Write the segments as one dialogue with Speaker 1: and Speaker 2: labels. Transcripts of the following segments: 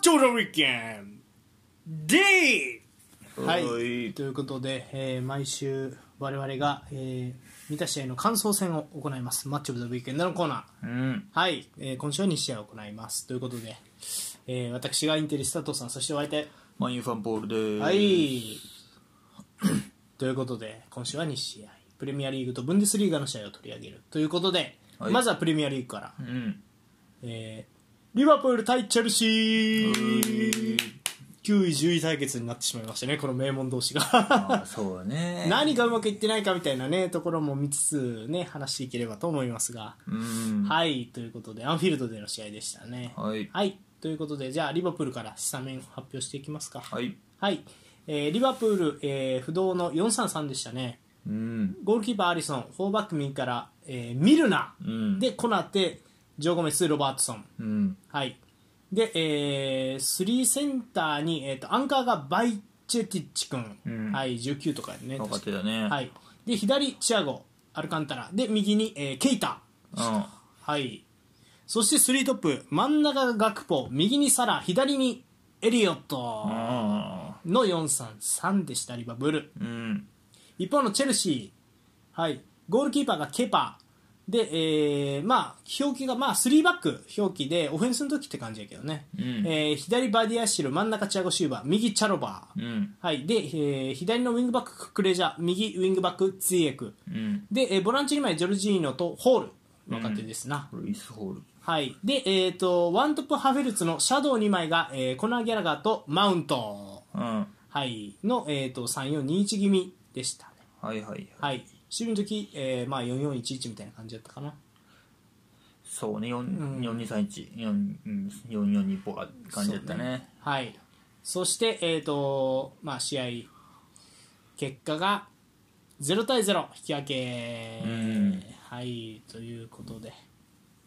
Speaker 1: Total Weekend Day!
Speaker 2: はい
Speaker 3: おーい
Speaker 2: ということで、えー毎週我々が、えー見た試合の感想戦を行いますマッチオブ・ザ・ウィークエンドのコーナー
Speaker 3: うん
Speaker 2: はい、えー今週は2試合を行いますということで、えー私がインテリスタトさんそしてお相手
Speaker 3: マインファンポールです
Speaker 2: はいということで今週は2試合プレミアリーグとブンデスリーガの試合を取り上げるということで、
Speaker 3: はい
Speaker 2: まずはプレミアリーグから、
Speaker 3: うん
Speaker 2: えーリバプール対チェルシー9位10位対決になってしまいましたねこの名門同士 が
Speaker 3: あーそうだね
Speaker 2: 何がうまくいってないかみたいなねところも見つつね話していければと思いますが、
Speaker 3: うん
Speaker 2: はいということでアンフィールドでの試合でしたね
Speaker 3: はい
Speaker 2: ということでじゃあリバプールからスタメン発表していきますかはい、
Speaker 3: はい
Speaker 2: えーリバプール、えー不動の433でしたね
Speaker 3: うん
Speaker 2: ゴールキーパーアリソン4バック右から、えーミルナ、
Speaker 3: うん
Speaker 2: でコナテジョー・ゴメスロバートソン
Speaker 3: うん
Speaker 2: はい。で、えー、3センターに、えー、とアンカーがバイチェティッチ君、
Speaker 3: うん
Speaker 2: はい、19とかやね。
Speaker 3: 若手だね
Speaker 2: はいい、で、左、チアゴ、アルカンタラ。で、右に、えーケイタ。はい。そして3トップ、真ん中がガクポ、右にサラ、左にエリオッ
Speaker 3: う
Speaker 2: ト
Speaker 3: ん
Speaker 2: の433でした、リバブル。
Speaker 3: うん
Speaker 2: 一方のチェルシー、はい、ゴールキーパーがケパで、えーまあ、表記が、まあ、3バック表記でオフェンスの時って感じやけどね、
Speaker 3: うん
Speaker 2: えー左バディアシル真ん中チアゴシューバー右チャロバー、
Speaker 3: うん
Speaker 2: はいでえー左のウィングバックククレジャ右ウィングバックツイエク
Speaker 3: うん
Speaker 2: で、えーボランチ2枚ジョルジーノとホール若手ですな、
Speaker 3: ルイスホール
Speaker 2: はいでえー、とワントップハフェルツのシャドウ2枚が、えーコナー・ギャラガーとマウント、
Speaker 3: うんは
Speaker 2: はい、の、えー、と3421気味でしたね
Speaker 3: いはいい
Speaker 2: はい、守備の時、えー、まあ4411みたいな感じだったかな。
Speaker 3: そうね42314442っぽい感じだったね
Speaker 2: はい。そしてえっ、とまあ試合結果が0対0引き分け、
Speaker 3: うん
Speaker 2: はいということで、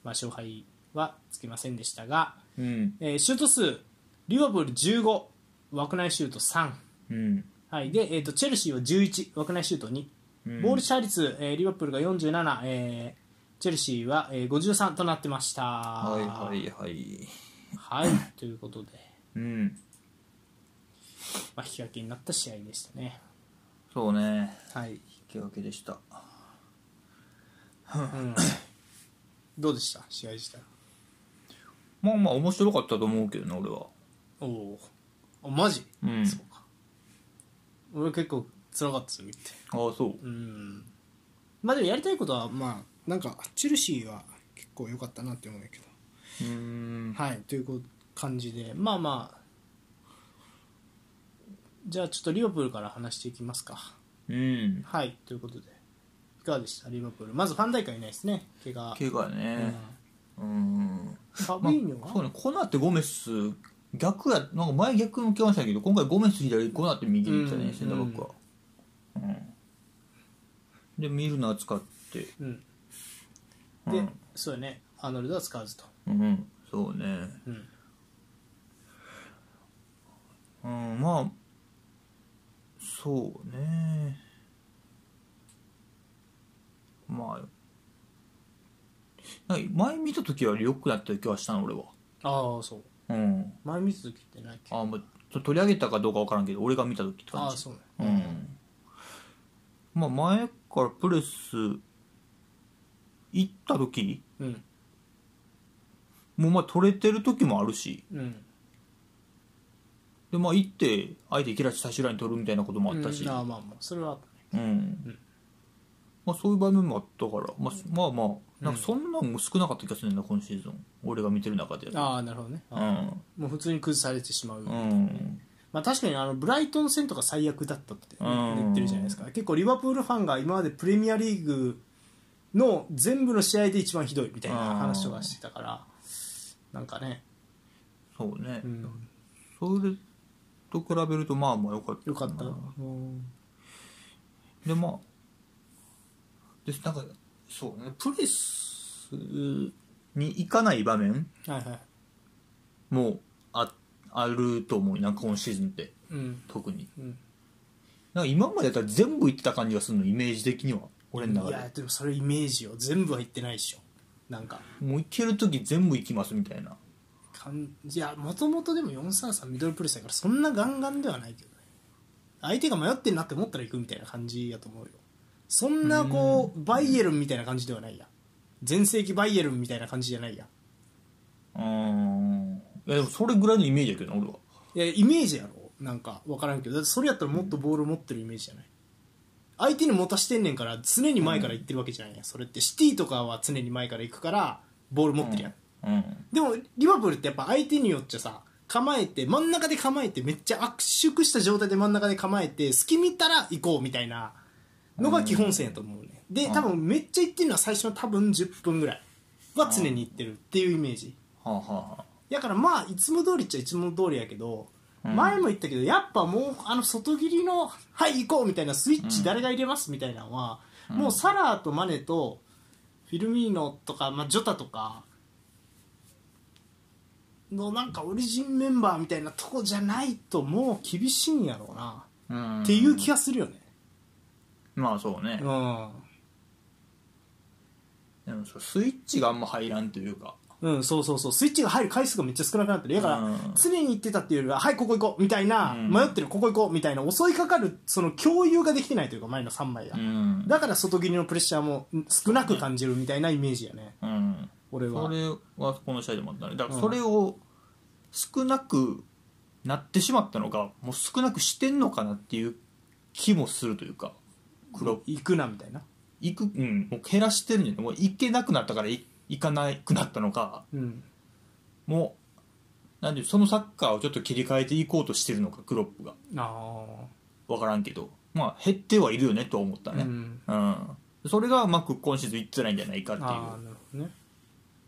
Speaker 2: まあ勝敗はつきませんでしたが、
Speaker 3: うん
Speaker 2: えーシュート数リバプール15、枠内シュート3。
Speaker 3: うん
Speaker 2: はい、で、えー、とチェルシーは11、枠内シュート2、
Speaker 3: うん
Speaker 2: ボール支配率、えーリバプールが47、えーチェルシーは、えー、53となってました。
Speaker 3: はい
Speaker 2: は、
Speaker 3: はいいはい
Speaker 2: ということで、
Speaker 3: うん
Speaker 2: まあ、引き分けになった試合でしたね。
Speaker 3: そうね
Speaker 2: はい
Speaker 3: 引き分けでした
Speaker 2: うん、どうでした、試合自体。
Speaker 3: まあまあ面白かったと思うけどな俺は
Speaker 2: おお、あマジ、
Speaker 3: うん
Speaker 2: そうか。俺結構辛かったですよ、見て。
Speaker 3: ああそう
Speaker 2: うん。まあでもやりたいことは、まあ、なんか、チェルシーは結構良かったなって思うんやけど。
Speaker 3: うーん
Speaker 2: はい、というこ感じで、まあまあ、じゃあちょっとリバプールから話していきますか。
Speaker 3: うん
Speaker 2: はい、ということで、いかがでした、リバプール。まずファンダイクはいないですね、怪我。
Speaker 3: 怪我ねうん
Speaker 2: ファ
Speaker 3: ま
Speaker 2: ビ
Speaker 3: あ
Speaker 2: ーニョ
Speaker 3: そう
Speaker 2: は
Speaker 3: ねコナってゴメス逆やなんか前逆の怪我したけど今回ゴメス左コナって右に行った
Speaker 2: う
Speaker 3: ね
Speaker 2: ん
Speaker 3: センターバックはうんでミルナー使って
Speaker 2: うん、
Speaker 3: うん
Speaker 2: で、そうやね、アーノルドは使わずと。
Speaker 3: うんそうね
Speaker 2: うん、
Speaker 3: うんまあそうねまあなんか前見た時より良くなった気はしたの俺は
Speaker 2: ああ、そう。
Speaker 3: うん
Speaker 2: 前見た時ってないっけ
Speaker 3: あもうちょっと取り上げたかどうか分からんけど俺が見た時って
Speaker 2: あ
Speaker 3: 感
Speaker 2: あ、
Speaker 3: じ
Speaker 2: そうね。
Speaker 3: うんまあ前からプレス行った時
Speaker 2: うん、
Speaker 3: もまあ取れてる時もあるし
Speaker 2: うん。
Speaker 3: でまあ行って相手切らして最終ライン取るみたいなこともあったし、
Speaker 2: うんああ、まあまあ、それはあったね。
Speaker 3: うんまあ、そういう場面もあったから、まあ、すまあまあなんかそんなんも少なかった気がするんだ今シーズン俺が見てる中で
Speaker 2: ああ、なるほどね。
Speaker 3: うん
Speaker 2: もう普通に崩されてしまう。
Speaker 3: うん
Speaker 2: まあ、確かにあのブライトン戦とか最悪だったって
Speaker 3: うん
Speaker 2: 言ってるじゃないですか結構リバプールファンが今までプレミアリーグの全部の試合で一番ひどいみたいな話とかしてたからなんかね、
Speaker 3: そうね、
Speaker 2: うん、
Speaker 3: それと比べるとまあまあ良かった
Speaker 2: よ
Speaker 3: な
Speaker 2: かった、うん
Speaker 3: でまあでなんかそうねプレスに行かない場面
Speaker 2: はいはい、
Speaker 3: もああると思うなんか今シーズンって
Speaker 2: うん
Speaker 3: 特に
Speaker 2: うん、
Speaker 3: なんか今までやったら全部行ってた感じがするのイメージ的には俺の
Speaker 2: い
Speaker 3: 中
Speaker 2: や
Speaker 3: で
Speaker 2: でもそれイメージよ全部は言ってないでしょなんか
Speaker 3: もう行ける時全部行きますみたいな
Speaker 2: 感じいやもともとでも433ミドルプレスだからそんなガンガンではないけどね相手が迷ってるなって思ったら行くみたいな感じやと思うよそんなこうバイエルンみたいな感じではないや全盛期バイエルンみたいな感じじゃないや
Speaker 3: うんいやでもそれぐらいのイメージやけどな俺はい
Speaker 2: やイメージやろなんか分からんけどだってそれやったらもっとボール持ってるイメージじゃない相手に持たしてんねんから常に前から行ってるわけじゃないやんそれってシティとかは常に前から行くからボール持ってるやん
Speaker 3: うん
Speaker 2: でもリバプールってやっぱ相手によっちゃさ構えて真ん中で構えてめっちゃ圧縮した状態で真ん中で構えて隙見たら行こうみたいなのが基本線やと思うねで
Speaker 3: うん
Speaker 2: 多分めっちゃ行ってるのは最初の多分10分ぐらいは常に行ってるっていうイメージ
Speaker 3: はあはあは
Speaker 2: だからまあいつも通りっちゃいつも通りやけど
Speaker 3: うん
Speaker 2: 前も言ったけどやっぱもうあの外切りの「はい行こう」みたいなスイッチ誰が入れますみたいなのはもうサラーとマネとフィルミーノとかまあジョタとかのなんかオリジンメンバーみたいなとこじゃないともう厳しいんやろうな
Speaker 3: あうん
Speaker 2: っていう気がするよね
Speaker 3: まあそうね
Speaker 2: うん
Speaker 3: でもそうスイッチがあんま入らんというか
Speaker 2: うん、そうそうそうスイッチが入る回数がめっちゃ少なくなってるだから、
Speaker 3: うん
Speaker 2: 常に行ってたっていうよりは「はいここ行こう」みたいな、
Speaker 3: うん
Speaker 2: 迷ってるここ行こう」みたいな襲いかかるその共有ができてないというか前の3枚が、
Speaker 3: ん
Speaker 2: だから外切りのプレッシャーも少なく感じるみたいなイメージやね
Speaker 3: うん
Speaker 2: 俺は
Speaker 3: それはこの試合でもあったねだからそれを少なくなってしまったのかもう少なくしてんのかなっていう気もするというかクロップ
Speaker 2: 行くなみたいな
Speaker 3: 行く、うん、もう減らしてるんじゃないもう行けなくなったからい行かなくなったのか
Speaker 2: うん
Speaker 3: もうなんていうそのサッカーをちょっと切り替えていこうとしてるのかクロップが
Speaker 2: あ
Speaker 3: 分からんけどまあ減ってはいるよねとは思った
Speaker 2: あ、
Speaker 3: ね、
Speaker 2: う
Speaker 3: うん
Speaker 2: ん
Speaker 3: それがうまく今シーズンいってないんじゃないかっていう
Speaker 2: ああなるほどね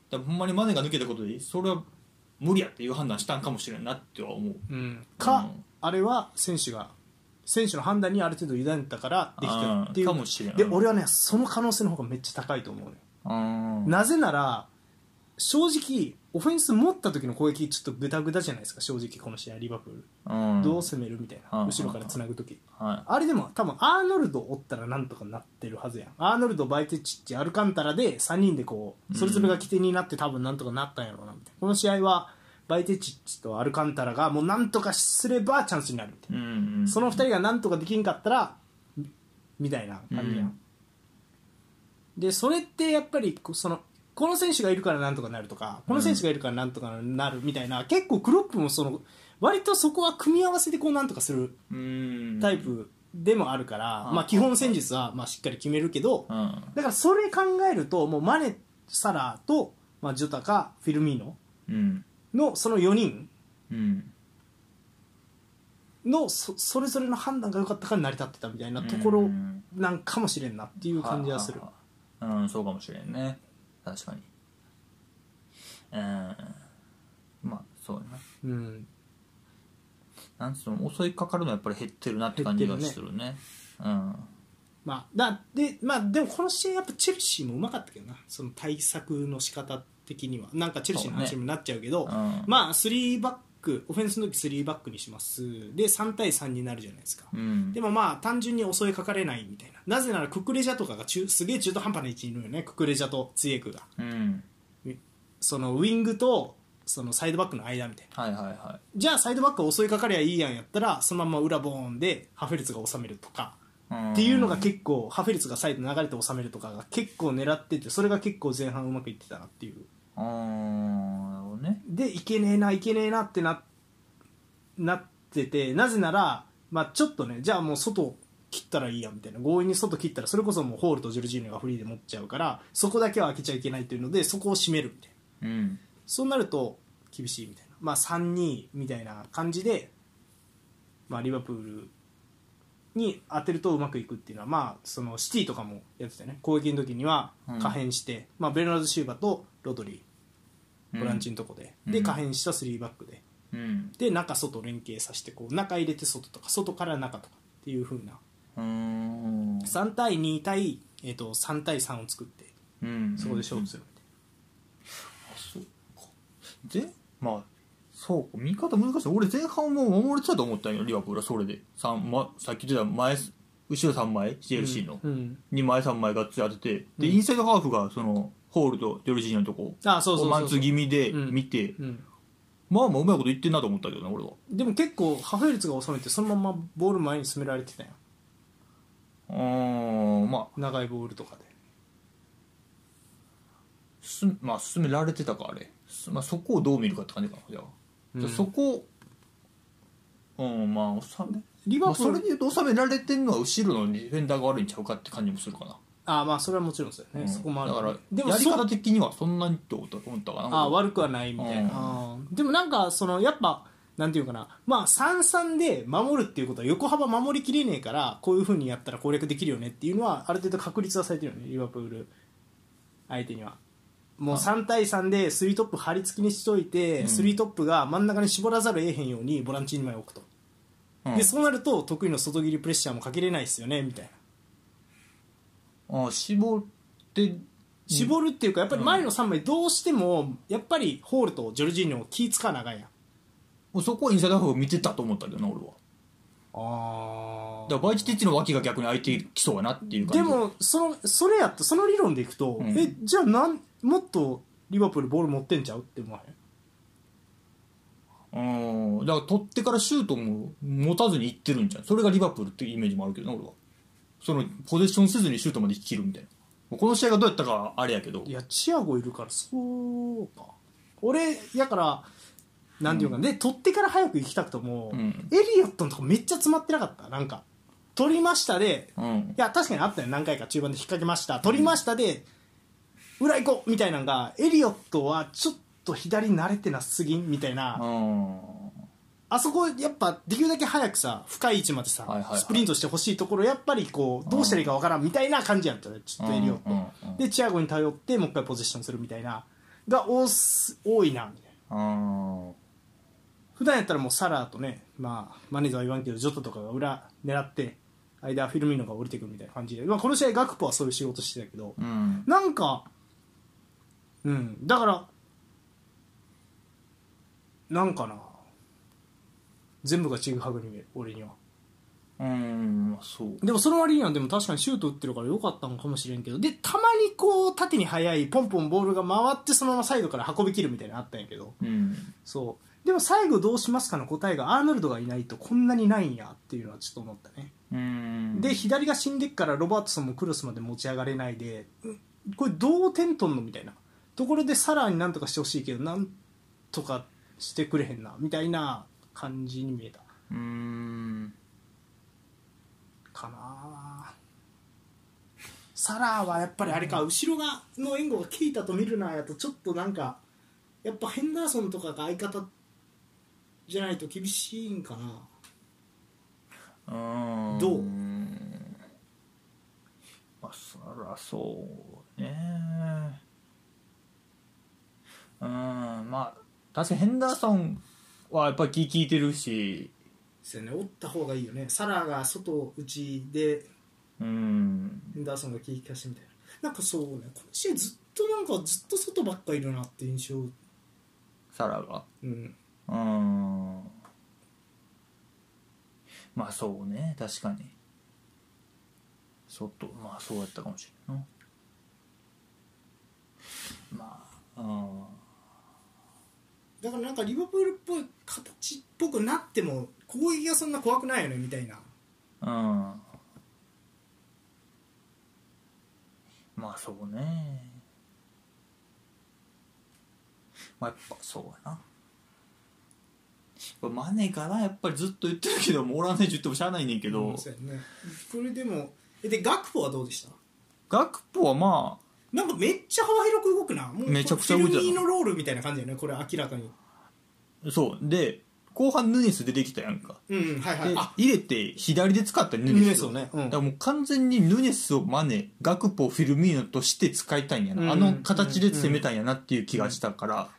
Speaker 3: だからほんまにマネが抜けたことでそれは無理やっていう判断したんかもしれないなっては思う
Speaker 2: うんか、
Speaker 3: うん
Speaker 2: あれは選手が選手の判断にある程度委ねたからできてるっていう
Speaker 3: あーかもしれない
Speaker 2: で俺はねその可能性の方がめっちゃ高いと思うね
Speaker 3: うん
Speaker 2: なぜなら正直オフェンス持った時の攻撃ちょっとグダグダじゃないですか正直この試合リバプール、
Speaker 3: うん
Speaker 2: どう攻めるみたいな
Speaker 3: うん
Speaker 2: 後ろからつなぐ時
Speaker 3: は、
Speaker 2: あれでも多分アーノルドおったらなんとかなってるはずやんアーノルドバイテッチってアルカンタラで3人でこうそれぞれが起点になって多分なんとかなったんやろうなみたいなこの試合はバイテッチとアルカンタラがもうなんとかすればチャンスになるみたいない
Speaker 3: うんうん、
Speaker 2: その2人がなんとかできんかったらみみたいな感じやん、でそれってやっぱりこそのこの選手がいるからなんとかなるとかこの選手がいるからなんとかなるみたいな、結構クロップもその割とそこは組み合わせでこうなんとかする
Speaker 3: うん
Speaker 2: タイプでもあるから、まあ、基本戦術はまあしっかり決めるけど、
Speaker 3: うん
Speaker 2: だからそれ考えるともうマネサラーと、まあ、ジョタかフィルミーノ
Speaker 3: うん
Speaker 2: のその4人
Speaker 3: うん
Speaker 2: のそそれぞれの判断が良かったから成り立ってたみたいなところ
Speaker 3: うん
Speaker 2: なんかもしれんなっていう感じがする
Speaker 3: はあはあうんそうかもしれんね確かにうんまあそうや
Speaker 2: うん
Speaker 3: ななんつうの襲いかかるのはやっぱり減ってるなって感じがするねうん
Speaker 2: まあだでまあでもこの試合やっぱチェルシーもうまかったけどなその対策の仕方的にはなんかチェルシーの話にもなっちゃうけど
Speaker 3: そうねうん
Speaker 2: まあ3バックオフェンスの時3バックにしますで3対3になるじゃないですか、
Speaker 3: うん
Speaker 2: でもまあ単純に襲いかかれないみたいななぜならククレジャとかが中すげえ中途半端な位置にいるよねククレジャとツイエクが
Speaker 3: うん
Speaker 2: そのウイングとそのサイドバックの間みたいな
Speaker 3: はいはいは
Speaker 2: じゃあサイドバックが襲いかかりゃいいやんやったらそのまま裏ボーンでハフェルツが収めるとか
Speaker 3: いん
Speaker 2: っていうのが結構ハフェルツがサイド流れて収めるとかが結構狙っててそれが結構前半うまくいってたなっていう
Speaker 3: あーなるほどね
Speaker 2: でいけねえないけねえなってななっててなぜなら、まあ、ちょっとねじゃあもう外切ったらいいやみたいな強引に外切ったらそれこそもうホールとジョルジーニョがフリーで持っちゃうからそこだけは開けちゃいけないっていうのでそこを締めるみたいな
Speaker 3: うん
Speaker 2: そうなると厳しいみたいな、まあ、3-2みたいな感じで、まあ、リバプールに当てるとうまくいくっていうのは、まあ、そのシティとかもやってたよね攻撃の時には
Speaker 3: うん
Speaker 2: 可変して、まあ、ベルナルド・シューバとロドリーボランチのとこで、
Speaker 3: うん
Speaker 2: で
Speaker 3: うん
Speaker 2: 可変した3バックで
Speaker 3: うん
Speaker 2: で中外連携させてこう中入れて外とか外から中とかっていう風な
Speaker 3: うん
Speaker 2: 3対2対、えー、と3対3を作って
Speaker 3: うん
Speaker 2: そこで勝負するみたいな。
Speaker 3: そうかでまあそうか見方難しい俺前半も守れてたと思ったんよリバプールはそれで、三ま、さっき言ってた前後ろ3枚 CLC の、
Speaker 2: うん
Speaker 3: に前3枚がっつり当ててで、インサイドハーフがそのホールとジョルジーニョのとこ
Speaker 2: あそうそうそうそう
Speaker 3: をマンツー気味で
Speaker 2: うん
Speaker 3: 見て、
Speaker 2: うん
Speaker 3: まあまあうまいこと言ってんなと思ったけどね俺は
Speaker 2: でも結構ハフェルツが収めてそのままボール前に進められてたよ
Speaker 3: うーんまあ
Speaker 2: 長いボールとかです
Speaker 3: まあ進められてたかあれ、すまあ、そこをどう見るかって感じかなじゃあ、じゃあそこをうんまあ収め
Speaker 2: リ
Speaker 3: ま
Speaker 2: バ
Speaker 3: あ、
Speaker 2: プー
Speaker 3: そ
Speaker 2: ル、
Speaker 3: れで言うと収められてんのは後ろのディフェンダーが悪いんちゃうかって感じもするかな、
Speaker 2: ああまあそれはもちろんですよね、
Speaker 3: うん
Speaker 2: そこもある
Speaker 3: だから
Speaker 2: でも
Speaker 3: やり
Speaker 2: そう
Speaker 3: 方的にはそんなにって思った思ったかな
Speaker 2: ああ悪くはないみたいな、うんでもなんかそのやっぱなんていうかなまあ3-3で守るっていうことは横幅守りきれねえからこういうふうにやったら攻略できるよねっていうのはある程度確立はされてるよねリバプール相手にはもう3対3で3トップ張り付きにしといて、
Speaker 3: ん
Speaker 2: 3トップが真ん中に絞らざるをえへんようにボランチ2枚置くと、
Speaker 3: うん
Speaker 2: でそうなると得意の外切りプレッシャーもかけれないですよねみたいな
Speaker 3: ああ絞って
Speaker 2: 絞るっていうかやっぱり前の3枚どうしてもやっぱりホールとジョルジーニョを気使わなあかんやん
Speaker 3: そこはインサイドハーフを見てたと思ったけどな俺は
Speaker 2: あ
Speaker 3: だからバイチティッチの脇が逆に空いてきそうやなっていう
Speaker 2: で
Speaker 3: 感じ
Speaker 2: もそのそれやったその理論でいくと、
Speaker 3: うん
Speaker 2: えじゃあなんもっとリバプールボール持ってんちゃうって思わへん
Speaker 3: うんだから取ってからシュートも持たずにいってるんじゃんそれがリバプールっていうイメージもあるけどな俺はそのポゼッションせずにシュートまで切るみたいなもうこの試合がどうやったかはあれやけど
Speaker 2: いやチアゴいるからそうか俺やからなんていうか、で取ってから早く行きたくとも、
Speaker 3: うん
Speaker 2: エリオットのとこめっちゃ詰まってなかったなんか取りましたで
Speaker 3: うん
Speaker 2: いや確かにあったよ何回か中盤で引っ掛けました取りましたで、裏行こうみたいなのがエリオットはちょっと左慣れてなすぎんみたいな、
Speaker 3: うん
Speaker 2: あそこやっぱできるだけ早くさ深い位置までさ、
Speaker 3: はいはいはい
Speaker 2: スプリントしてほしいところやっぱりこうどうしたらいいかわからんみたいな感じやったねちょっとエリオット、
Speaker 3: うんうんうん
Speaker 2: でチアゴに頼ってもう一回ポジションするみたいなが多す多いなみたいな
Speaker 3: うん
Speaker 2: 普段やったらもうサラーとね、まあ、マネージャーは言わんけどジョタとかが裏狙って間フィルミーノが降りてくるみたいな感じで、まあ、この試合ガクポはそういう仕事してたけど、
Speaker 3: うん
Speaker 2: なんか、うん、だから、なんかな、全部がちぐはぐに見える、俺には。
Speaker 3: うんそう
Speaker 2: でもその割には、でも確かにシュート打ってるから良かったのかもしれんけど、で、たまにこう、縦に速い、ポンポンボールが回って、そのままサイドから運びきるみたいなのあったんやけど、
Speaker 3: うん
Speaker 2: そう。でも最後どうしますかの答えが、アーノルドがいないとこんなにないんやっていうのはちょっと思ったね。
Speaker 3: うん
Speaker 2: で左が死んでっからロバートソンもクロスまで持ち上がれないでうんこれどう点取んのみたいなところでさらになんとかしてほしいけどなんとかしてくれへんなみたいな感じに見えた
Speaker 3: うん
Speaker 2: かなサラーはやっぱりあれか後ろがの援護がケイタとミルナーやとちょっとなんかやっぱヘンダーソンとかが相方じゃないと厳しいんかな
Speaker 3: うん
Speaker 2: どう
Speaker 3: まあそらそうねうんまあ確かにヘンダーソンはやっぱり聞いてるし
Speaker 2: ですよね折った方がいいよねサラーが外内で
Speaker 3: うん
Speaker 2: ヘンダーソンが聞き返してみたいななんかそうねこの試合ずっとなんかずっと外ばっかいるなって印象
Speaker 3: サラが
Speaker 2: うん
Speaker 3: うんまあそうね確かに外まあそうやったかもしれんないなまあうん
Speaker 2: だからなんかリバプールっぽい形っぽくなっても攻撃がそんな怖くないよねみたいな
Speaker 3: うんまあそうねまあやっぱそうやなこれマネかなやっぱりずっと言ってるけどもうオラン選手言ってもしゃあないねんけど、
Speaker 2: うんそうやねこれでもえでガクポはどうでした
Speaker 3: ガクポはま
Speaker 2: なんかめっちゃ幅広く動くなもう
Speaker 3: めちゃくちゃ動いてた
Speaker 2: フィルミーノロールみたいな感じだよねこれ明らかに
Speaker 3: あそうで後半ヌネス出てきたやんか
Speaker 2: うんうんはいは
Speaker 3: で
Speaker 2: いあ
Speaker 3: 入れて左で使ったヌ
Speaker 2: ヌ
Speaker 3: ネ
Speaker 2: ネ
Speaker 3: ス
Speaker 2: ス
Speaker 3: を
Speaker 2: をねうん
Speaker 3: だからもう完全にヌネスをマネガクポフィルミーノとして使いたいんやな、
Speaker 2: うん
Speaker 3: あの形で攻めたんやなっていう気がしたから、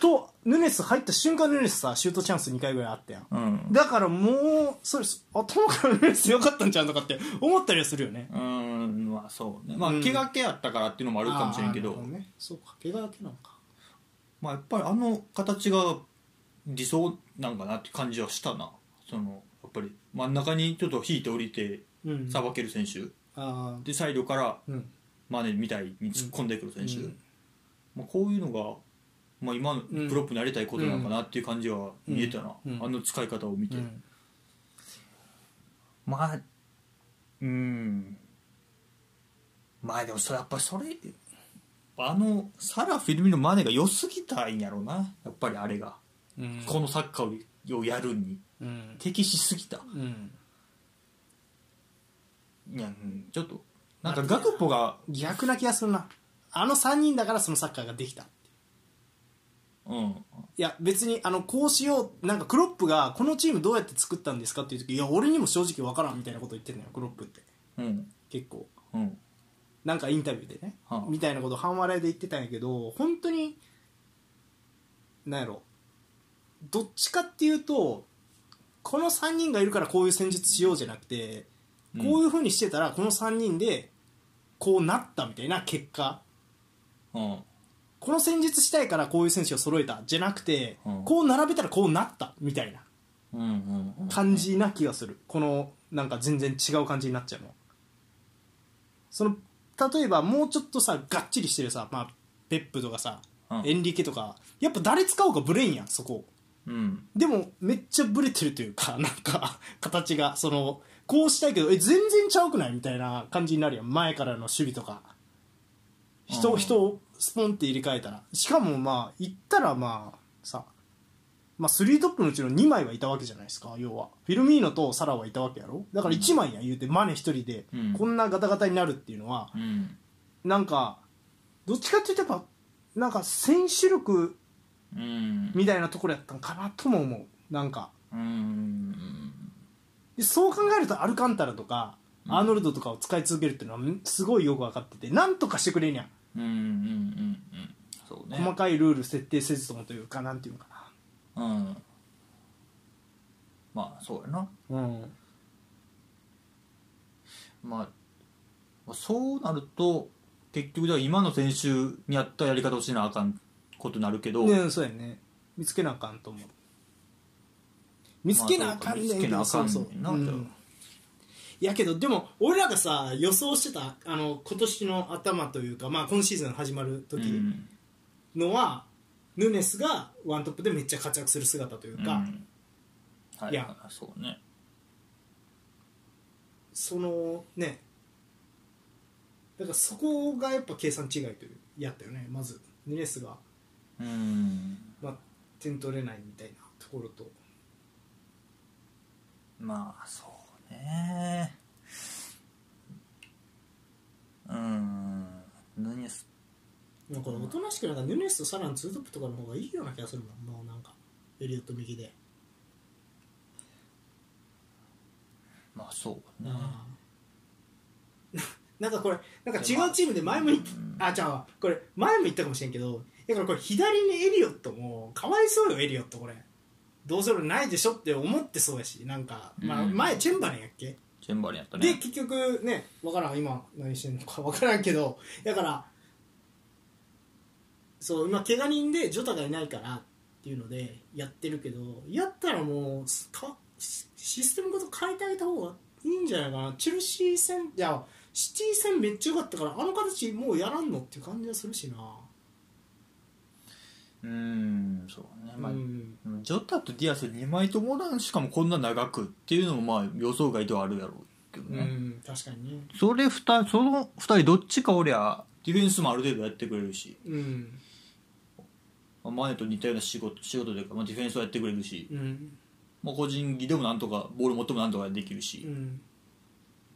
Speaker 2: とヌネス入った瞬間ヌネスさシュートチャンス2回ぐらいあったやん
Speaker 3: うん、
Speaker 2: だからもうそうですあトムからヌネス良かったんちゃうとかって思ったりはするよね
Speaker 3: うーんまあそうねまあ
Speaker 2: うん
Speaker 3: 怪我系やったからっていうのもあるかもしれんけど
Speaker 2: あーなるほね、そうか怪我明けなのか
Speaker 3: まあやっぱりあの形が理想なんかなって感じはしたなそのやっぱり真ん中にちょっと引いて降りて
Speaker 2: うん
Speaker 3: さばける選手、
Speaker 2: あー
Speaker 3: でサイドから
Speaker 2: うん
Speaker 3: マネみたいに突っ込んでくる選手、
Speaker 2: うん
Speaker 3: まあ、こういうのがまあ、今の
Speaker 2: うん
Speaker 3: プロップにやりたいことなのかなっていう感じは見えたな、
Speaker 2: うんうん
Speaker 3: あの使い方を見て、
Speaker 2: うん
Speaker 3: まあうんまあでもそれやっぱりそれあのサラ・フィルミのマネが良すぎたんやろうなやっぱりあれが、
Speaker 2: うん
Speaker 3: このサッカーをやるに
Speaker 2: うん
Speaker 3: 適しすぎた
Speaker 2: うん
Speaker 3: いや、うん、ちょっとなんかガクポが
Speaker 2: 逆な気がするなあの3人だからそのサッカーができた
Speaker 3: うん
Speaker 2: いや別にあのこうしようなんかクロップがこのチームどうやって作ったんですかっていう時いや俺にも正直わからんみたいなこと言ってんのよクロップって
Speaker 3: うん
Speaker 2: 結構
Speaker 3: うん
Speaker 2: なんかインタビューでね、
Speaker 3: はあ
Speaker 2: みたいなこと半笑いで言ってたんやけど本当になんやろどっちかっていうとこの3人がいるからこういう戦術しようじゃなくて
Speaker 3: うん
Speaker 2: こういうふうにしてたらこの3人でこうなったみたいな結果
Speaker 3: うん
Speaker 2: この戦術したいからこういう選手を揃えたじゃなくて、
Speaker 3: うん
Speaker 2: こう並べたらこうなったみたいな
Speaker 3: うんうんうん
Speaker 2: 感じな気がするこのなんか全然違う感じになっちゃうのはその例えばもうちょっとさがっちりしてるさ、まあ、ペップとかさ、
Speaker 3: うん
Speaker 2: エンリケとかやっぱ誰使おうかブレんやんそこ
Speaker 3: うん
Speaker 2: でもめっちゃブレてるというかなんか 形がそのこうしたいけどえ全然ちゃうくないみたいな感じになるやん前からの守備とか人,、
Speaker 3: うん
Speaker 2: 人をスポンって入れ替えたらしかもまあ言ったらまあさまあ、3トップのうちの2枚はいたわけじゃないですか要はフィルミーノとサラはいたわけやろだから1枚や言うてマネ1人で
Speaker 3: うん
Speaker 2: こんなガタガタになるっていうのは
Speaker 3: うん
Speaker 2: なんかどっちかっていうとやっぱなんか選手力
Speaker 3: うん
Speaker 2: みたいなところやったんかなとも思うなんか
Speaker 3: うん
Speaker 2: でそう考えるとアルカンタラとかアーノルドとかを使い続けるっていうのはんすごいよく分かっててなんとかしてくれにゃ
Speaker 3: うんうんうんうんそうね
Speaker 2: 細かいルール設定せずともというかなんていうのか
Speaker 3: うんまあそうやな
Speaker 2: なうん
Speaker 3: まあそうなると結局では今の選手にやったやり方をしなあかんことになるけど、
Speaker 2: ねそうやね見つけなあかんと思う見つけなあかんねんけど、
Speaker 3: まあそうか見つけなあかんねんな
Speaker 2: そうそう、うんいやけどでも俺らがさ予想してたあの今年の頭というか、まあ、今シーズン始まる
Speaker 3: う
Speaker 2: 時
Speaker 3: ん
Speaker 2: のは、ヌネスがワントップでめっちゃ活躍する姿という
Speaker 3: うん
Speaker 2: か、
Speaker 3: はいい
Speaker 2: や
Speaker 3: そうね
Speaker 2: そのねだからそこがやっぱ計算違いというやったよねまずヌネスが、
Speaker 3: うん
Speaker 2: まあ、点取れないみたいなところと
Speaker 3: まあそうねうん何やす
Speaker 2: なんかおとなしくなんかヌネスとサランツートップとかの方がいいような気がするもんもうなんかエリオット右で、
Speaker 3: まあそうね
Speaker 2: な なんかこれなんか違うチームで前も言っあじゃあこれ前も言ったかもしれんけどだからこれ左にエリオットもかわいそうよエリオットこれどうせ俺ないでしょって思ってそうやしなんか、まあ、
Speaker 3: うん
Speaker 2: 前チェンバレンやっけ
Speaker 3: チェンバレンやった
Speaker 2: で
Speaker 3: ね
Speaker 2: 結局ね分からん今何してんのか分からんけどだからそう今怪我人でジョタがいないからっていうのでやってるけどやったらもうすかシシステムごと変えてあげた方がいいんじゃないかなチェルシー戦いやシティ戦めっちゃ良かったからあの形もうやらんのっていう感じがするしな、
Speaker 3: うんそうねまあ、
Speaker 2: うん
Speaker 3: ジョタとディアス2枚ともらんしかもこんな長くっていうのもまあ予想外ではあるやろうけど
Speaker 2: う
Speaker 3: ね、
Speaker 2: ん確かにね
Speaker 3: それ2人その2人どっちかおりゃディフェンスもある程度やってくれるし
Speaker 2: うん
Speaker 3: まあ前と似たような仕事仕事というか、まあ、ディフェンスはやってくれるし、
Speaker 2: うん
Speaker 3: まあ、個人技でもなんとかボール持ってもなんとかできるし、
Speaker 2: うん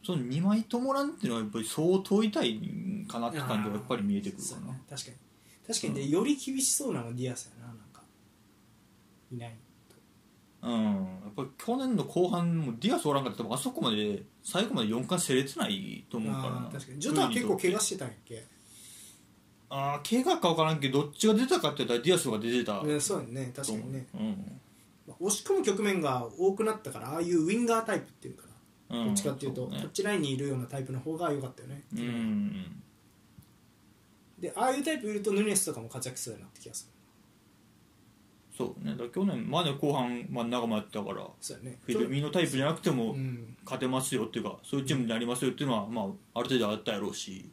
Speaker 3: その2枚ともらんっていうのはやっぱり相当痛いんかなって感じがやっぱり見えてくる
Speaker 2: そ
Speaker 3: か
Speaker 2: う
Speaker 3: な、
Speaker 2: ね確かに確かにでより厳しそうなのはディアスやななんかいない
Speaker 3: うんやっぱり去年の後半もディアスおらんかったら多分あそこまで最後まで4冠競れてないと思うから
Speaker 2: あ
Speaker 3: な
Speaker 2: ー確かにジョタは結構怪我してたんやっけ、
Speaker 3: あー怪我か分からんけどどっちが出たかって言ったらディアスが出てた
Speaker 2: ね、そうやんね確か
Speaker 3: と思う
Speaker 2: にね、
Speaker 3: うん
Speaker 2: まあ押し込む局面が多くなったからああいうウィンガータイプっていうか
Speaker 3: う
Speaker 2: ら、
Speaker 3: ん
Speaker 2: どっちかっていうと
Speaker 3: そね
Speaker 2: タッチラインにいるようなタイプの方が良かったよね、
Speaker 3: うんうん
Speaker 2: でああいうタイプいるとヌネスとかも活躍するようになって気がする
Speaker 3: そうねだから去年まで後半真ん中もやったから
Speaker 2: そうやね
Speaker 3: フィルミーノタイプじゃなくて
Speaker 2: う
Speaker 3: も
Speaker 2: ん
Speaker 3: 勝てますよっていうかそういうチームになりますよっていうのは、まあ、ある程度あったやろうし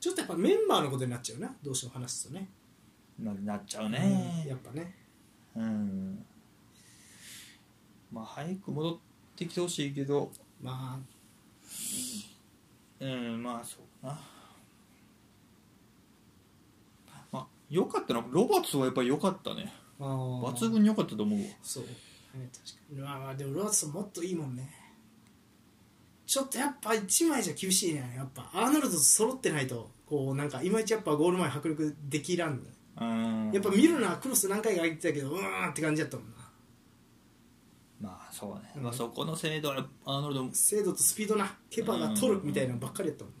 Speaker 2: ちょっとやっぱメンバーのことになっちゃうなどうしても話すとね
Speaker 3: ななっちゃう
Speaker 2: や
Speaker 3: ね
Speaker 2: っぱね
Speaker 3: うん、まあ早く戻ってきてほしいけど
Speaker 2: ま
Speaker 3: うんまあそうなまあ良かったなロバーツはやっぱり良かったね
Speaker 2: あまあ
Speaker 3: 抜群に良かったと思うわ
Speaker 2: そう、ね、確かにまあまあでもローツもっといいもんねちょっとやっぱ1枚じゃ厳しいねやっぱアーノルドと揃ってないとこうなんかいまいちやっぱゴール前迫力できらんね
Speaker 3: うん
Speaker 2: やっぱ見るのはクロス何回か入ってたけどうーんって感じだったもんな
Speaker 3: まあそうね、
Speaker 2: うん
Speaker 3: まあ、そこの精度はやっぱアーノルドも
Speaker 2: 精度とスピードなケパが取るみたいなのばっかりやったもんね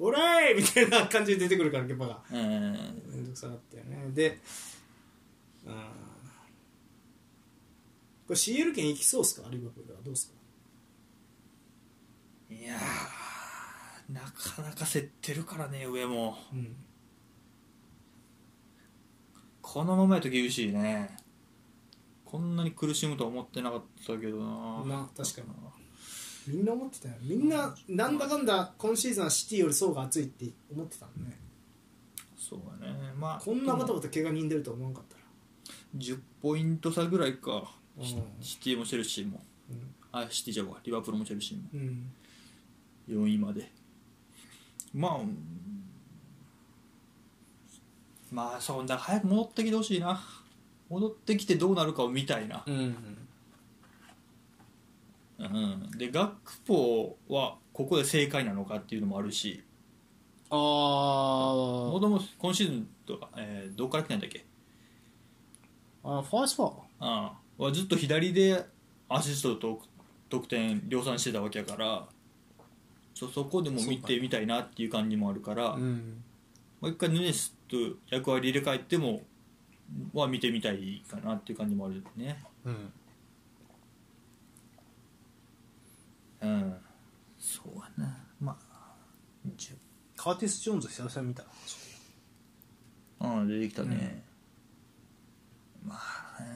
Speaker 2: オレーみたいな感じで出てくるからケパが
Speaker 3: うん
Speaker 2: めんどくさかったよねでうんこれ CL 権いきそうっすかリバプールはどうっすか
Speaker 3: いやーなかなか競ってるからね上も
Speaker 2: うん
Speaker 3: このままやと厳しいねこんなに苦しむとは思ってなかったけどな
Speaker 2: な確かにみんな思ってたよみんななんだかんだ今シーズンはシティより層が厚いって思ってたもんね
Speaker 3: そうだねまあ
Speaker 2: こんなバタ
Speaker 3: と
Speaker 2: バタ怪我人出るとは思わんかったら
Speaker 3: 10ポイント差ぐらいか、
Speaker 2: うん
Speaker 3: シシティもチェルシーも
Speaker 2: うん
Speaker 3: あシティじゃないわリバプールもチェルシーも
Speaker 2: うん
Speaker 3: 4位までまあうんまあそうだ早く戻ってきてほしいな戻ってきてどうなるかを見たいな
Speaker 2: うん
Speaker 3: うん、で学ポはここで正解なのかっていうのもあるし
Speaker 2: ああ
Speaker 3: もともと今シーズンとか、えーどこから来たんだっけ
Speaker 2: あファースト
Speaker 3: ああはずっと左でアシストと得点量産してたわけやからそそこでも見てみたいなっていう感じもあるから
Speaker 2: うん
Speaker 3: もう一回ヌネスと役割入れ替えてもは見てみたいかなっていう感じもあるね
Speaker 2: うん
Speaker 3: うんそうやなまあ10
Speaker 2: カーティス・ジョーンズ久々に見た
Speaker 3: うん出てきたね、まあね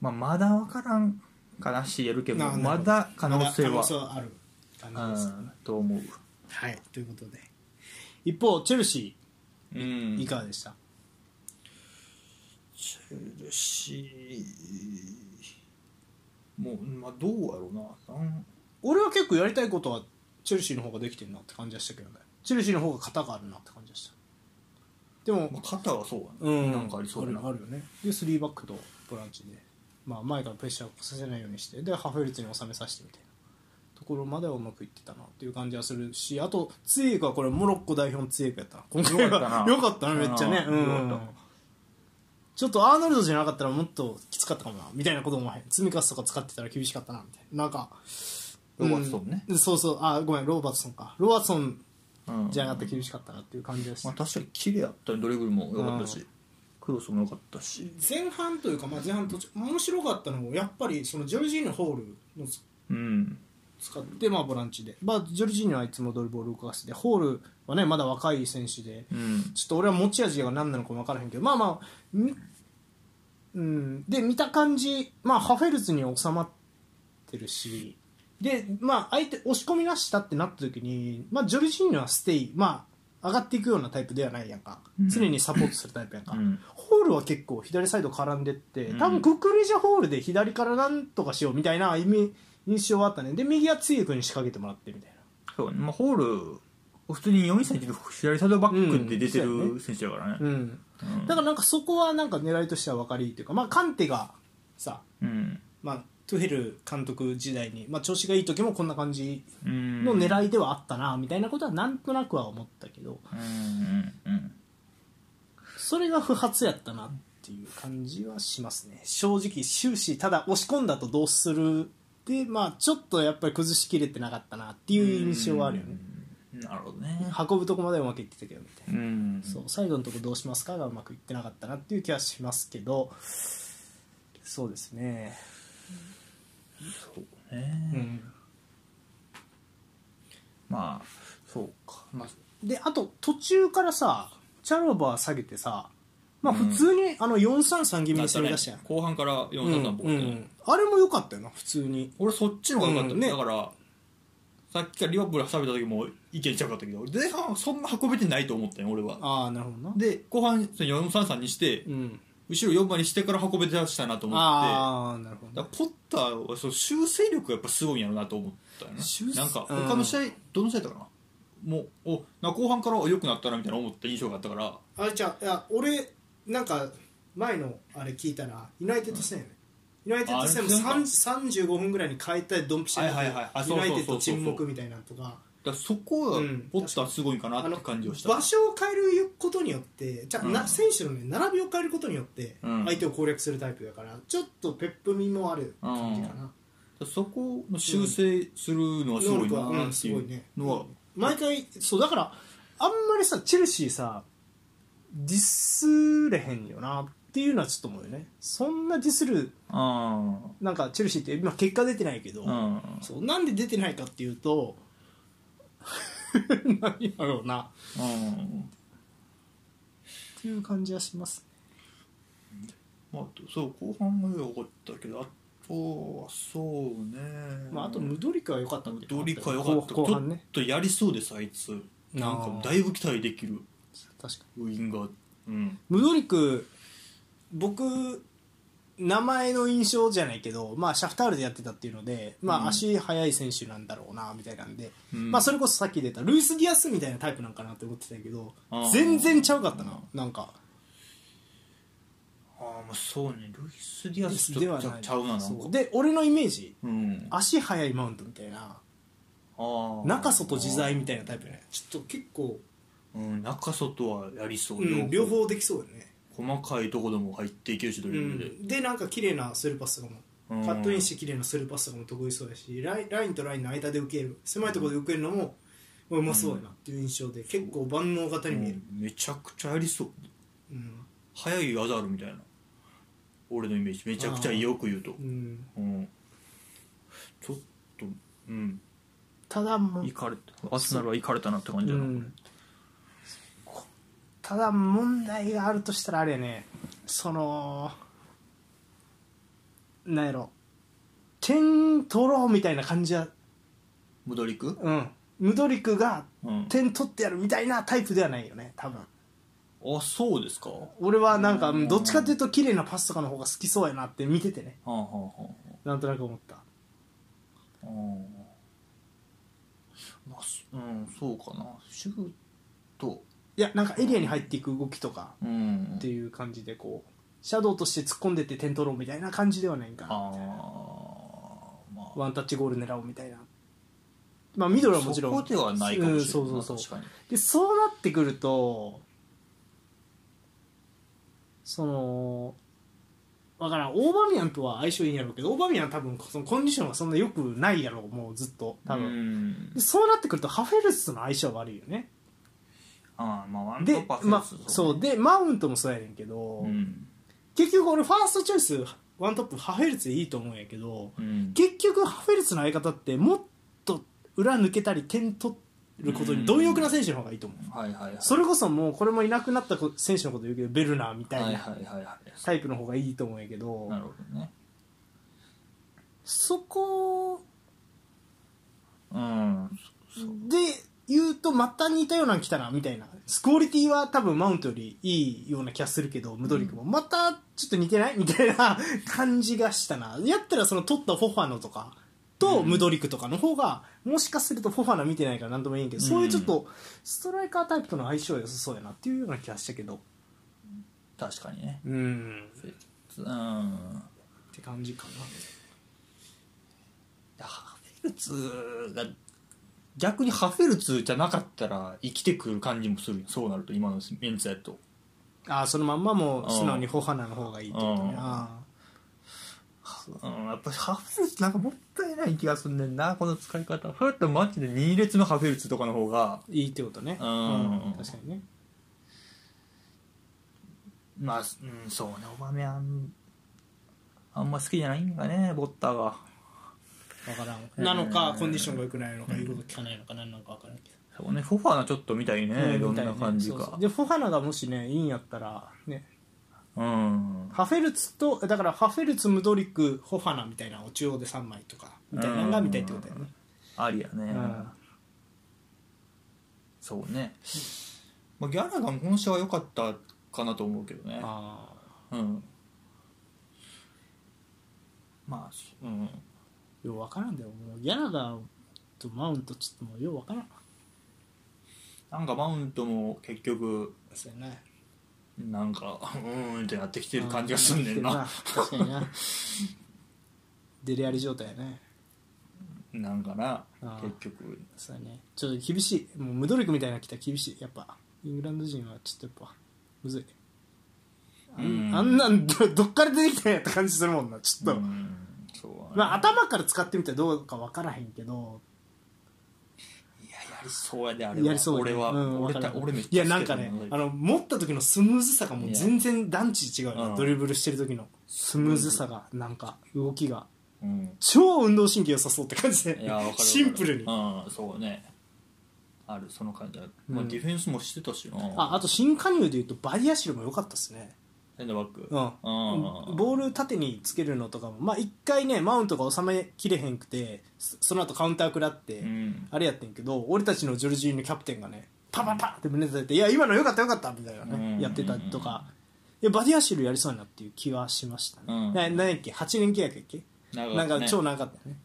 Speaker 3: まあまだ分からんかなしやるけど
Speaker 2: なな
Speaker 3: ま
Speaker 2: るほど
Speaker 3: だ可能性は
Speaker 2: 可能性はある感じです
Speaker 3: うんと思う
Speaker 2: はいということで一方チェルシ
Speaker 3: うん
Speaker 2: ーいかがでした、
Speaker 3: チェルシーもう、まあ、どうやろうななん
Speaker 2: 俺は結構やりたいことはチェルシーの方ができてるなって感じはしたけどねチェルシーの方が型があるなって感じはしたでも
Speaker 3: まあ、肩はそう
Speaker 2: う
Speaker 3: やね、
Speaker 2: ん
Speaker 3: なんかありそうだな
Speaker 2: るあるよねで3バックとボランチで、まあ、前からプレッシャーをさせないようにしてでハーフェルツに収めさせてみたいなところまではうまくいってたなっていう感じはするしあとツイークはこれモロッコ代表のツイークやったな今回
Speaker 3: よかった
Speaker 2: は
Speaker 3: な
Speaker 2: よかったなめっちゃね
Speaker 3: う
Speaker 2: うんん
Speaker 3: よかった
Speaker 2: ちょっとアーノルドじゃなかったらもっときつかったかもなみたいなことも前積み重とか使ってたら厳しかったなみたいななんか
Speaker 3: ロバートソンね、
Speaker 2: うんそうそうあごめんローバートソンかローバートソン
Speaker 3: うん
Speaker 2: じゃなかったら厳しかったなっていう感じです
Speaker 3: まあ、確かに綺麗やったねドリブルも良かったし、
Speaker 2: う
Speaker 3: クロスも良かったし
Speaker 2: 前半というか、まあ、前半途中面白かったのもやっぱりそのジョルジーニョホールを
Speaker 3: うん
Speaker 2: 使って、まあ、ボランチで、まあ、ジョルジーニョはいつもドリボールを動かしててホールはねまだ若い選手で
Speaker 3: うん
Speaker 2: ちょっと俺は持ち味が何なのか分からへんけどまあまあみうんで見た感じ、まあ、ハフェルツに収まってるしで、まあ、相手押し込み出したってなった時に、まあ、ジョルジーニョはステイ、まあ、上がっていくようなタイプではないやんか
Speaker 3: うん
Speaker 2: 常にサポートするタイプやんか、
Speaker 3: うん
Speaker 2: ホールは結構左サイド絡んでって
Speaker 3: うん
Speaker 2: 多分ククレジャホールで左からなんとかしようみたいな意味印象はあったねで右はツイエクに仕掛けてもらってみたいな
Speaker 3: そうね、まあ、ホール、普通に4位で左サイドバックで出てる選手だからね。
Speaker 2: うん
Speaker 3: うん
Speaker 2: だからなんかそこはなんか狙いとしては分かりというか、まあ、カンテがさ、
Speaker 3: うん。
Speaker 2: まあ、トゥヘル監督時代に、まあ、調子がいい時もこんな感じ
Speaker 3: うん。
Speaker 2: の
Speaker 3: い。
Speaker 2: 狙いではあったなみたいなことはなんとなくは思ったけど
Speaker 3: うんうん
Speaker 2: それが不発やったなっていう感じはしますね正直終始ただ押し込んだとどうするでまあちょっとやっぱり崩しきれてなかったなって
Speaker 3: うん。
Speaker 2: いう印象はあるよね
Speaker 3: うん。なるほどね。
Speaker 2: 運ぶとこまではうまくいってたけどみたいな
Speaker 3: うん。
Speaker 2: そう最後のとこどうしますかがうまくいってなかったなっていう気はしますけどそうですね
Speaker 3: そうね。
Speaker 2: うん
Speaker 3: まあ、そうか。まあ、
Speaker 2: であと途中からさチャロバー下げてさまあ
Speaker 3: うん
Speaker 2: 普通にあの433気味に攻め出した
Speaker 3: ね
Speaker 2: やん、、
Speaker 3: 後半から
Speaker 2: うん
Speaker 3: 4三3
Speaker 2: うんあれも良かったよな普通に
Speaker 3: 俺そっちの方が良かった、
Speaker 2: うんね
Speaker 3: だから、さっきからリバプール挟めた時も意見ちゃうかったけど前半はそんな運べてないと思ったよ俺は
Speaker 2: ああなるほどな
Speaker 3: で後半その433にして
Speaker 2: うん
Speaker 3: 後ろ4番にしてから運べて出したなと思って
Speaker 2: ああなるほど
Speaker 3: だ
Speaker 2: な
Speaker 3: からポッターはその修正力がやっぱすごいんやろうなと思ったよね
Speaker 2: 修正
Speaker 3: なんか他の試合、どの試合だったかなもうおな後半から良くなったなみたいな思った印象があったから
Speaker 2: あれじゃあいや俺なんか前のあれ聞いたらユナイテッド戦やねユナイテッド戦も
Speaker 3: あれなんか
Speaker 2: 3 35分ぐらいに変えたドンピシャになって
Speaker 3: はいはいはいあそ
Speaker 2: ユ
Speaker 3: うそ
Speaker 2: ナ
Speaker 3: う
Speaker 2: イ
Speaker 3: そうそ
Speaker 2: テッ
Speaker 3: う
Speaker 2: ド沈黙みたいなのとか
Speaker 3: だからそこは
Speaker 2: うん
Speaker 3: ポッターすごいんかな
Speaker 2: あ
Speaker 3: っ
Speaker 2: の
Speaker 3: て感じをした、
Speaker 2: 場所を変えることによってじゃあ、な
Speaker 3: うん
Speaker 2: 選手の、ね、並びを変えることによって
Speaker 3: うん
Speaker 2: 相手を攻略するタイプだから、ちょっとペップ味もある感じかな、
Speaker 3: そこの修正するのはすご
Speaker 2: 能
Speaker 3: い
Speaker 2: 力
Speaker 3: な
Speaker 2: はう
Speaker 3: ー
Speaker 2: ん
Speaker 3: って
Speaker 2: す
Speaker 3: い
Speaker 2: ごいうね
Speaker 3: のは、
Speaker 2: 毎回そうだからあんまりさチェルシーさディスれへんよなっていうのはちょっと思うよねそんなディスる
Speaker 3: あ
Speaker 2: なんかチェルシーって今結果出てないけど、
Speaker 3: あうん
Speaker 2: そうなんで出てないかっていうと 何やろうな
Speaker 3: うん
Speaker 2: っていう感じはします
Speaker 3: まあそう後半が良かったけどあとはそうね
Speaker 2: まあ、あとムドリカは良かったんだけど
Speaker 3: ドリカ良かった
Speaker 2: 後後半
Speaker 3: ちょ
Speaker 2: ね
Speaker 3: っとやりそうですあいつなんかだいぶ期待できる
Speaker 2: 確か
Speaker 3: ウインガーうん
Speaker 2: にムドリク僕名前の印象じゃないけど、まあ、シャフタールでやってたっていうので、ま
Speaker 3: うん
Speaker 2: あ、足速い選手なんだろうなみたいなんで、
Speaker 3: うん
Speaker 2: まあ、それこそさっき出たルイス・ディアスみたいなタイプなんかなって思ってたけど
Speaker 3: あー
Speaker 2: 全然ちゃうかったななんか
Speaker 3: ああまあそうねルイス・ディア
Speaker 2: ルイ
Speaker 3: ス
Speaker 2: ス
Speaker 3: ち
Speaker 2: で
Speaker 3: ょ
Speaker 2: は
Speaker 3: っと
Speaker 2: ない
Speaker 3: ちゃうななんか
Speaker 2: そうで俺のイメージ
Speaker 3: うんあ
Speaker 2: 足速いマウントみたいな
Speaker 3: あ
Speaker 2: 中外自在みたいなタイプねちょっと結構、、
Speaker 3: うん中外はやりそううん
Speaker 2: 両方できそうよね
Speaker 3: 細かいとこでも入っていけるしド
Speaker 2: う
Speaker 3: リブルで
Speaker 2: ん、でなんか綺麗なスルーパスとかも、
Speaker 3: うん
Speaker 2: カットインして綺麗なスルーパスとかも得意そうだしラインラインとラインの間で受ける狭いところで受けるのもまあうまそうやなっていう印象で、結構万能型に見える、
Speaker 3: うんめちゃくちゃやりそう
Speaker 2: うん
Speaker 3: 速い技あるみたいな俺のイメージめちゃくちゃよく言うと
Speaker 2: うん
Speaker 3: うんちょっとうん
Speaker 2: ただもう
Speaker 3: いかれたアスナルはいかれたなって感じだな、
Speaker 2: う
Speaker 3: こ
Speaker 2: んこただ問題があるとしたらあれやねそのなんやろ点取ろうみたいな感じは
Speaker 3: れムドリク
Speaker 2: うんムドリクが
Speaker 3: うん
Speaker 2: 点取ってやるみたいなタイプではないよね多分
Speaker 3: あそうですかは
Speaker 2: 俺はなんか
Speaker 3: うん
Speaker 2: どっちかっていうと綺麗なパスとかの方が好きそうやなって見ててね
Speaker 3: あ、はあはあはあ
Speaker 2: なんとなく思った
Speaker 3: うんまあすうんそうかなシュート
Speaker 2: いやなんかエリアに入っていく動きとか
Speaker 3: うん
Speaker 2: っていう感じでこうシャドウとして突っ込んでって点取ろうみたいな感じではないんかな
Speaker 3: ああ
Speaker 2: みたいな
Speaker 3: まあ
Speaker 2: ワンタッチゴール狙おうみたいなまあミドルはもちろん
Speaker 3: そこではないかもしれない、
Speaker 2: うんそうそうそう
Speaker 3: 確かに
Speaker 2: でそうなってくるとそのわからんオーバーミヤンとは相性いいんやろうけどオーバーミヤンは多分そのコンディションがそんな良くないやろうもうずっと多分、
Speaker 3: うん
Speaker 2: でそうなってくるとハフェルスとの相性悪いよね
Speaker 3: ああまあワント
Speaker 2: で
Speaker 3: ッパー
Speaker 2: まあ
Speaker 3: フェルス
Speaker 2: そうでマウントもそうやねんけど、
Speaker 3: うん
Speaker 2: 結局俺ファーストチョイスワントップハフェルツでいいと思うんやけど
Speaker 3: うん
Speaker 2: 結局ハフェルツの相方ってもっと裏抜けたり点取ることに貪欲な選手の方がいいと思う、
Speaker 3: はいはいはい
Speaker 2: それこそもうこれもいなくなったこ選手のこと言うけどベルナーみた
Speaker 3: はいい
Speaker 2: な
Speaker 3: はいはいはい
Speaker 2: タイプの方がいいと思うんやけど、
Speaker 3: なるほどね
Speaker 2: そこ
Speaker 3: うんそそう
Speaker 2: で言うとまた似たようなの来たなみたいなクオリティは多分マウントよりいいような気がするけどムドリクも、またちょっと似てないみたいな感じがしたなやったらその取ったフォファノとかとムドリクとかの方がもしかするとフォファナ見てないから何とも言えんけど、
Speaker 3: うん
Speaker 2: そういうちょっとストライカータイプとの相性良さそうやなっていうような気がしたけど
Speaker 3: 確かにね
Speaker 2: うん
Speaker 3: うん
Speaker 2: って感じかな
Speaker 3: ハフェルツが逆にハフェルツじゃなかったら生きてくる感じもするよそうなると今のメンツやと
Speaker 2: ああそのまんまもう素直にホハナの方がいいってこと
Speaker 3: う
Speaker 2: ね
Speaker 3: ん
Speaker 2: あ
Speaker 3: うんやっぱりハフェルツなんかもったいない気がすんねんなこの使い方それだったらマジで2列のハフェルツとかの方が
Speaker 2: ーいいってことね
Speaker 3: うん
Speaker 2: うん確かにね
Speaker 3: まあうんそうねオバメアンあんま好きじゃないんかねボッターが
Speaker 2: わからん
Speaker 3: う ん
Speaker 2: なのかコンディションが良くないのか言うこと聞かないのか何なのか分からんけ
Speaker 3: そうねフォファーなちょっと見たいね、
Speaker 2: ど
Speaker 3: どん
Speaker 2: みたい
Speaker 3: な
Speaker 2: ね
Speaker 3: 感じ
Speaker 2: そうそ
Speaker 3: か
Speaker 2: うでフォハナがもしねいいんやったらね
Speaker 3: うん
Speaker 2: ハフェルツとだからハフェルツムドリクホファナみたいなのを中央で3枚とかみたいなのが見たいってことだよね
Speaker 3: ありやね、
Speaker 2: うん
Speaker 3: そうね、まあ、ギャラがもこの試合は良かったかなと思うけどね
Speaker 2: あ
Speaker 3: うんまあそうん
Speaker 2: ーようわからんだよもうギャラガーとマウントちょっともうようわからん
Speaker 3: なんかマウントも結局
Speaker 2: そうやな
Speaker 3: なんかうーんってなってきてる感じがすんねんな
Speaker 2: 確かに なデレアリ状態やね
Speaker 3: なんかな
Speaker 2: あー
Speaker 3: 結局
Speaker 2: そうやねちょっと厳しいもう無努力みたいなの来たら厳しいやっぱイングランド人はちょっとやっぱむずいあ
Speaker 3: うん
Speaker 2: んあんなんどどっから出てきたんやって感じするもんなちょっと、
Speaker 3: うんそう
Speaker 2: まあ、
Speaker 3: まあ、
Speaker 2: 頭から使ってみたらどうか分からへんけど
Speaker 3: いややりそうやであれは
Speaker 2: やりそうだ
Speaker 3: 俺
Speaker 2: ね
Speaker 3: は、
Speaker 2: うん
Speaker 3: 俺
Speaker 2: わ
Speaker 3: た
Speaker 2: かる
Speaker 3: 俺めっ
Speaker 2: い
Speaker 3: ちゃ
Speaker 2: やなんか
Speaker 3: 好き
Speaker 2: ね
Speaker 3: だもん
Speaker 2: あの持った時のスムーズさがもう全然段違うよ
Speaker 3: うん
Speaker 2: ドリブルしてる時のスムーズさがなんか動きが
Speaker 3: うん
Speaker 2: 超運動神経良さそうって感じ
Speaker 3: いやわかるわ
Speaker 2: で
Speaker 3: かる
Speaker 2: シンプルに
Speaker 3: うんそうねあるその感じある、まあ、
Speaker 2: うん
Speaker 3: ディフェンスもしてたしな
Speaker 2: ああと新加入でいうとバリアシルも良かったですね
Speaker 3: エンドバック
Speaker 2: うん
Speaker 3: うん
Speaker 2: ボール縦につけるのとかもまあ一回ねマウントが収めきれへんくてそその後カウンター食らって
Speaker 3: うん
Speaker 2: あれやってんけど俺たちのジョルジーニョキャプテンがねパパパって胸叩いて「いや今の良かった良かった」みたいな
Speaker 3: う
Speaker 2: ね
Speaker 3: ん
Speaker 2: やってたりとかいやバディアシルやりそうやなっていう気はしました
Speaker 3: うん
Speaker 2: ねな何やっけ8年契約やっけ
Speaker 3: 長か
Speaker 2: な
Speaker 3: っ
Speaker 2: ん
Speaker 3: た
Speaker 2: か
Speaker 3: ね
Speaker 2: 超長かったよね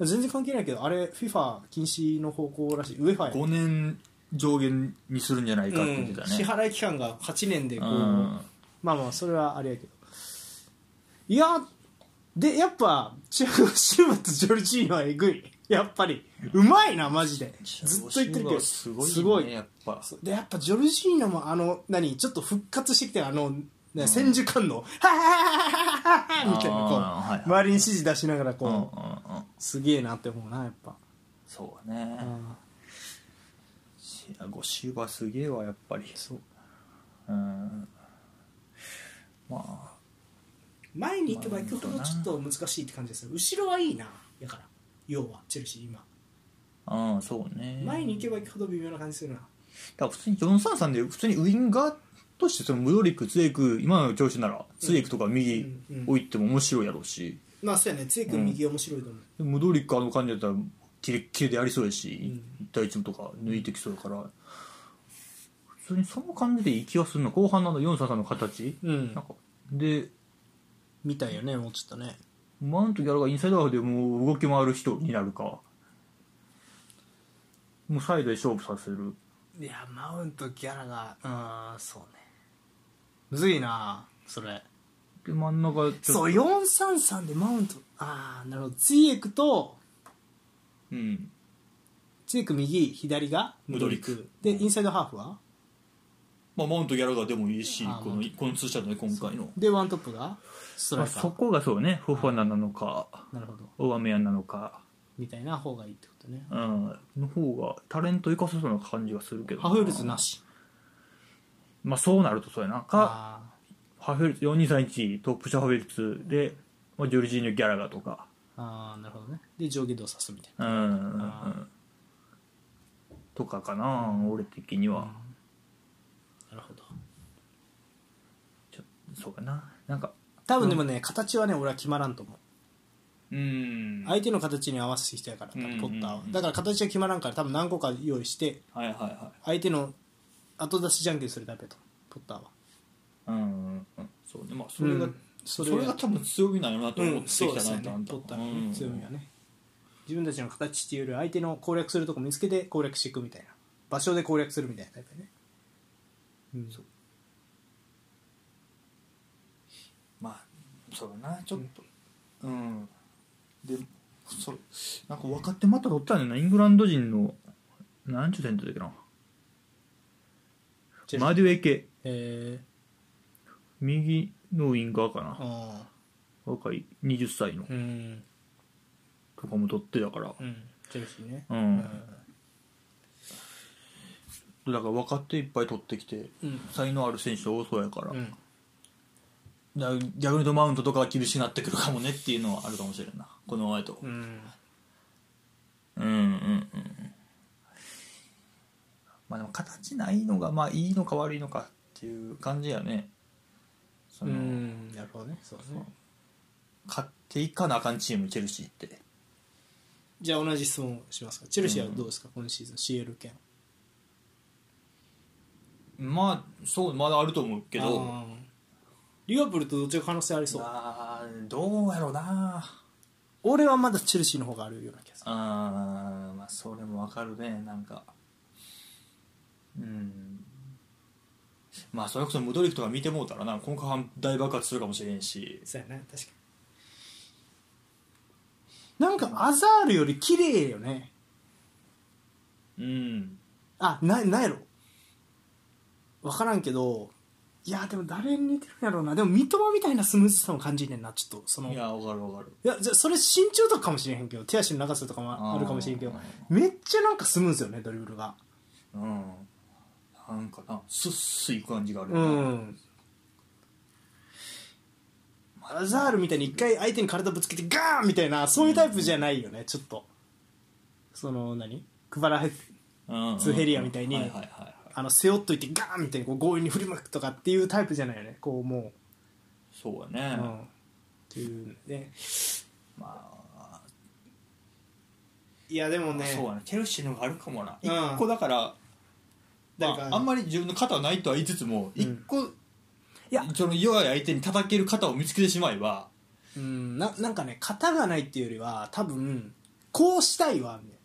Speaker 2: 全然関係ないけどあれ FIFA 禁止の方向らしい UEFA やね
Speaker 3: 5年上限にするんじゃないかって言ってた
Speaker 2: う
Speaker 3: ね
Speaker 2: ん、支払い期間が8年でこう、
Speaker 3: うん
Speaker 2: まあまあそれはあれやけどいやでやっぱチアゴシルバとジョルジーノはえぐいやっぱりうまいなマジでずっと言ってるけど
Speaker 3: すごい,、ね、
Speaker 2: すごい
Speaker 3: やっぱ
Speaker 2: そうでやっぱジョルジーノもあの何ちょっと復活してきてあの、ね、千手観音「はははははみたいなこう、
Speaker 3: あーは
Speaker 2: 周
Speaker 3: い
Speaker 2: りに指示出しながらこ
Speaker 3: う
Speaker 2: う、
Speaker 3: んうんうん
Speaker 2: すげえなって思うなやっぱ、
Speaker 3: そうね
Speaker 2: うん
Speaker 3: シアゴシューバすげえわやっぱり
Speaker 2: そう
Speaker 3: うんまあ
Speaker 2: 前に行けば行くほどちょっと難しいって感じでする後ろはいいなやから要はチェルシー今
Speaker 3: うんそうね
Speaker 2: 前に行けば行くほど微妙な感じするな
Speaker 3: だから普通に433で普通にウインガーとしてそのムドリックツエク今の調子ならツエクとか右
Speaker 2: うんうん
Speaker 3: 置いても面白いやろうし、
Speaker 2: まあそうやねつえ君右面白いと思う、
Speaker 3: でムドリックあの感じだったらキレッキレでやりそうやし、
Speaker 2: う
Speaker 3: 1対1とか抜いてきそうやから普通にその感じでいい気がするの後半のあの433の形、
Speaker 2: うん
Speaker 3: なんかで
Speaker 2: みたいよねもうちょっとね
Speaker 3: マウントギャラがインサイドハーフでもう動き回る人になるかもうサイドで勝負させる
Speaker 2: いやマウントギャラがうんそうねむずいなそれ
Speaker 3: で真ん中ちょ
Speaker 2: そう433でマウントああなるほどツイエクと
Speaker 3: うん
Speaker 2: ツイエク右左が
Speaker 3: ムドリック
Speaker 2: でインサイドハーフは
Speaker 3: まあ、マウントギャラがでもいいし
Speaker 2: あー
Speaker 3: このこのツーシャツね今回の、
Speaker 2: でワントップがスト
Speaker 3: ま
Speaker 2: ラ
Speaker 3: あ、
Speaker 2: イカ
Speaker 3: そ
Speaker 2: ー
Speaker 3: こがそうねフォファナなのか
Speaker 2: なるほど
Speaker 3: オアメヤンなのか
Speaker 2: みたいな方がいいってことね
Speaker 3: うんの方がタレント生かせそうな感じがするけど
Speaker 2: ハフルツなし
Speaker 3: まあそうなるとそうやなか
Speaker 2: あ
Speaker 3: ハフェルツ4231トップシャハフェルツで、まあ、ジョルジーニョ・ギャラガとか
Speaker 2: ーあーなるほどねで上下動さすみたい
Speaker 3: うんうんうんう
Speaker 2: あ
Speaker 3: んとかかな、俺的には、
Speaker 2: ななるほど
Speaker 3: そうかななんか
Speaker 2: 多分でもね、形はね俺は決まらんと思う
Speaker 3: うん
Speaker 2: 相手の形に合わせてきたやから多
Speaker 3: うんう
Speaker 2: 分
Speaker 3: ん
Speaker 2: ポッターは、
Speaker 3: うんうん
Speaker 2: だから形が決まらんから多分何個か用意して
Speaker 3: はいはいは
Speaker 2: 相手の後出しじゃんけんするだけとポッターはい
Speaker 3: うんうんうんそうねまあそれ
Speaker 2: う
Speaker 3: が、
Speaker 2: ん
Speaker 3: そ
Speaker 2: そ
Speaker 3: れ
Speaker 2: れ
Speaker 3: が多分強みなのなと思ってきた
Speaker 2: そうです
Speaker 3: な
Speaker 2: ね
Speaker 3: って、
Speaker 2: ポ
Speaker 3: あんた
Speaker 2: ッターの
Speaker 3: うん
Speaker 2: ね強みはね自分たちの形っていうよりは相手の攻略するとこ見つけて攻略していくみたいな場所で攻略するみたいなタイプやね、うん、
Speaker 3: まあそうだなちょっとうん、でそなんか若手また取ったんだよなイングランド人の何ちゅうセンターだっけな
Speaker 2: チェルシー
Speaker 3: マデュエケ
Speaker 2: え
Speaker 3: 右のウインガーか
Speaker 2: ー、
Speaker 3: な
Speaker 2: あ
Speaker 3: 若い20歳の
Speaker 2: ーうん
Speaker 3: とかも取ってたから
Speaker 2: うんチェルシーね
Speaker 3: うん、だから若手いっぱい取ってきて
Speaker 2: うん
Speaker 3: 才能ある選手多そうやから,、
Speaker 2: うん
Speaker 3: 逆に言うとマウントとかは厳しくなってくるかもねっていうのはあるかもしれんなこの前と
Speaker 2: うん
Speaker 3: うんうんうんまあでも形ないのがまあいいのか悪いのかっていう感じやねその、
Speaker 2: うんなるほどねそうですね
Speaker 3: 勝っていかなあかんチームチェルシーって
Speaker 2: じゃあ同じ質問をしますかチェルシーはどうですか、今シーズン CL 権
Speaker 3: まあそうまだあると思うけ
Speaker 2: あ
Speaker 3: ど
Speaker 2: ーリバプールとどっちが可能性ありそう
Speaker 3: まあどうやろうな
Speaker 2: 俺はまだチェルシーの方があるような気がする
Speaker 3: あーまあそれもわかるねなんかうんまあそれこそムドリフとか見てもうたらな今後半大爆発するかもしれんし
Speaker 2: そうやね確かになんかアザールより綺麗よね
Speaker 3: うん
Speaker 2: あななんやろ分からんけどいやでも誰に似てるんやろうなでも三笘みたいなスムーズさも感じんねんなちょっとその
Speaker 3: いやわかるわかる
Speaker 2: いやじゃあそれ身長とかかもしれへんけど手足の長さとかもあるかもしれんけど
Speaker 3: あ
Speaker 2: めっちゃなんかスムーズよねドリブルが
Speaker 3: うんなんかなスッスいく感じがあるよ
Speaker 2: う
Speaker 3: な、
Speaker 2: んアザールみたいに一回相手に体ぶつけてガーンみたいなそういうタイプじゃないよねちょっとその何クバラヘ
Speaker 3: うん
Speaker 2: ツーヘリアみたいに
Speaker 3: はいはいはいはい
Speaker 2: あの背負っといてガーンみたいにこう強引に振りまくとかっていうタイプじゃないよねこうも
Speaker 3: そうや
Speaker 2: う、
Speaker 3: ね、
Speaker 2: うん、っていうね
Speaker 3: まあ
Speaker 2: いやでもね
Speaker 3: そうやねチェルシーの方があるかもな
Speaker 2: うん
Speaker 3: 一個だから、ま
Speaker 2: 誰
Speaker 3: あ、
Speaker 2: か
Speaker 3: あんまり自分の肩はないとは言いつつも
Speaker 2: ん
Speaker 3: 一個
Speaker 2: や
Speaker 3: その弱い相手に叩ける肩を見つけてしまえば
Speaker 2: うんななんかね型がないっていうよりは多分こうしたいわみたい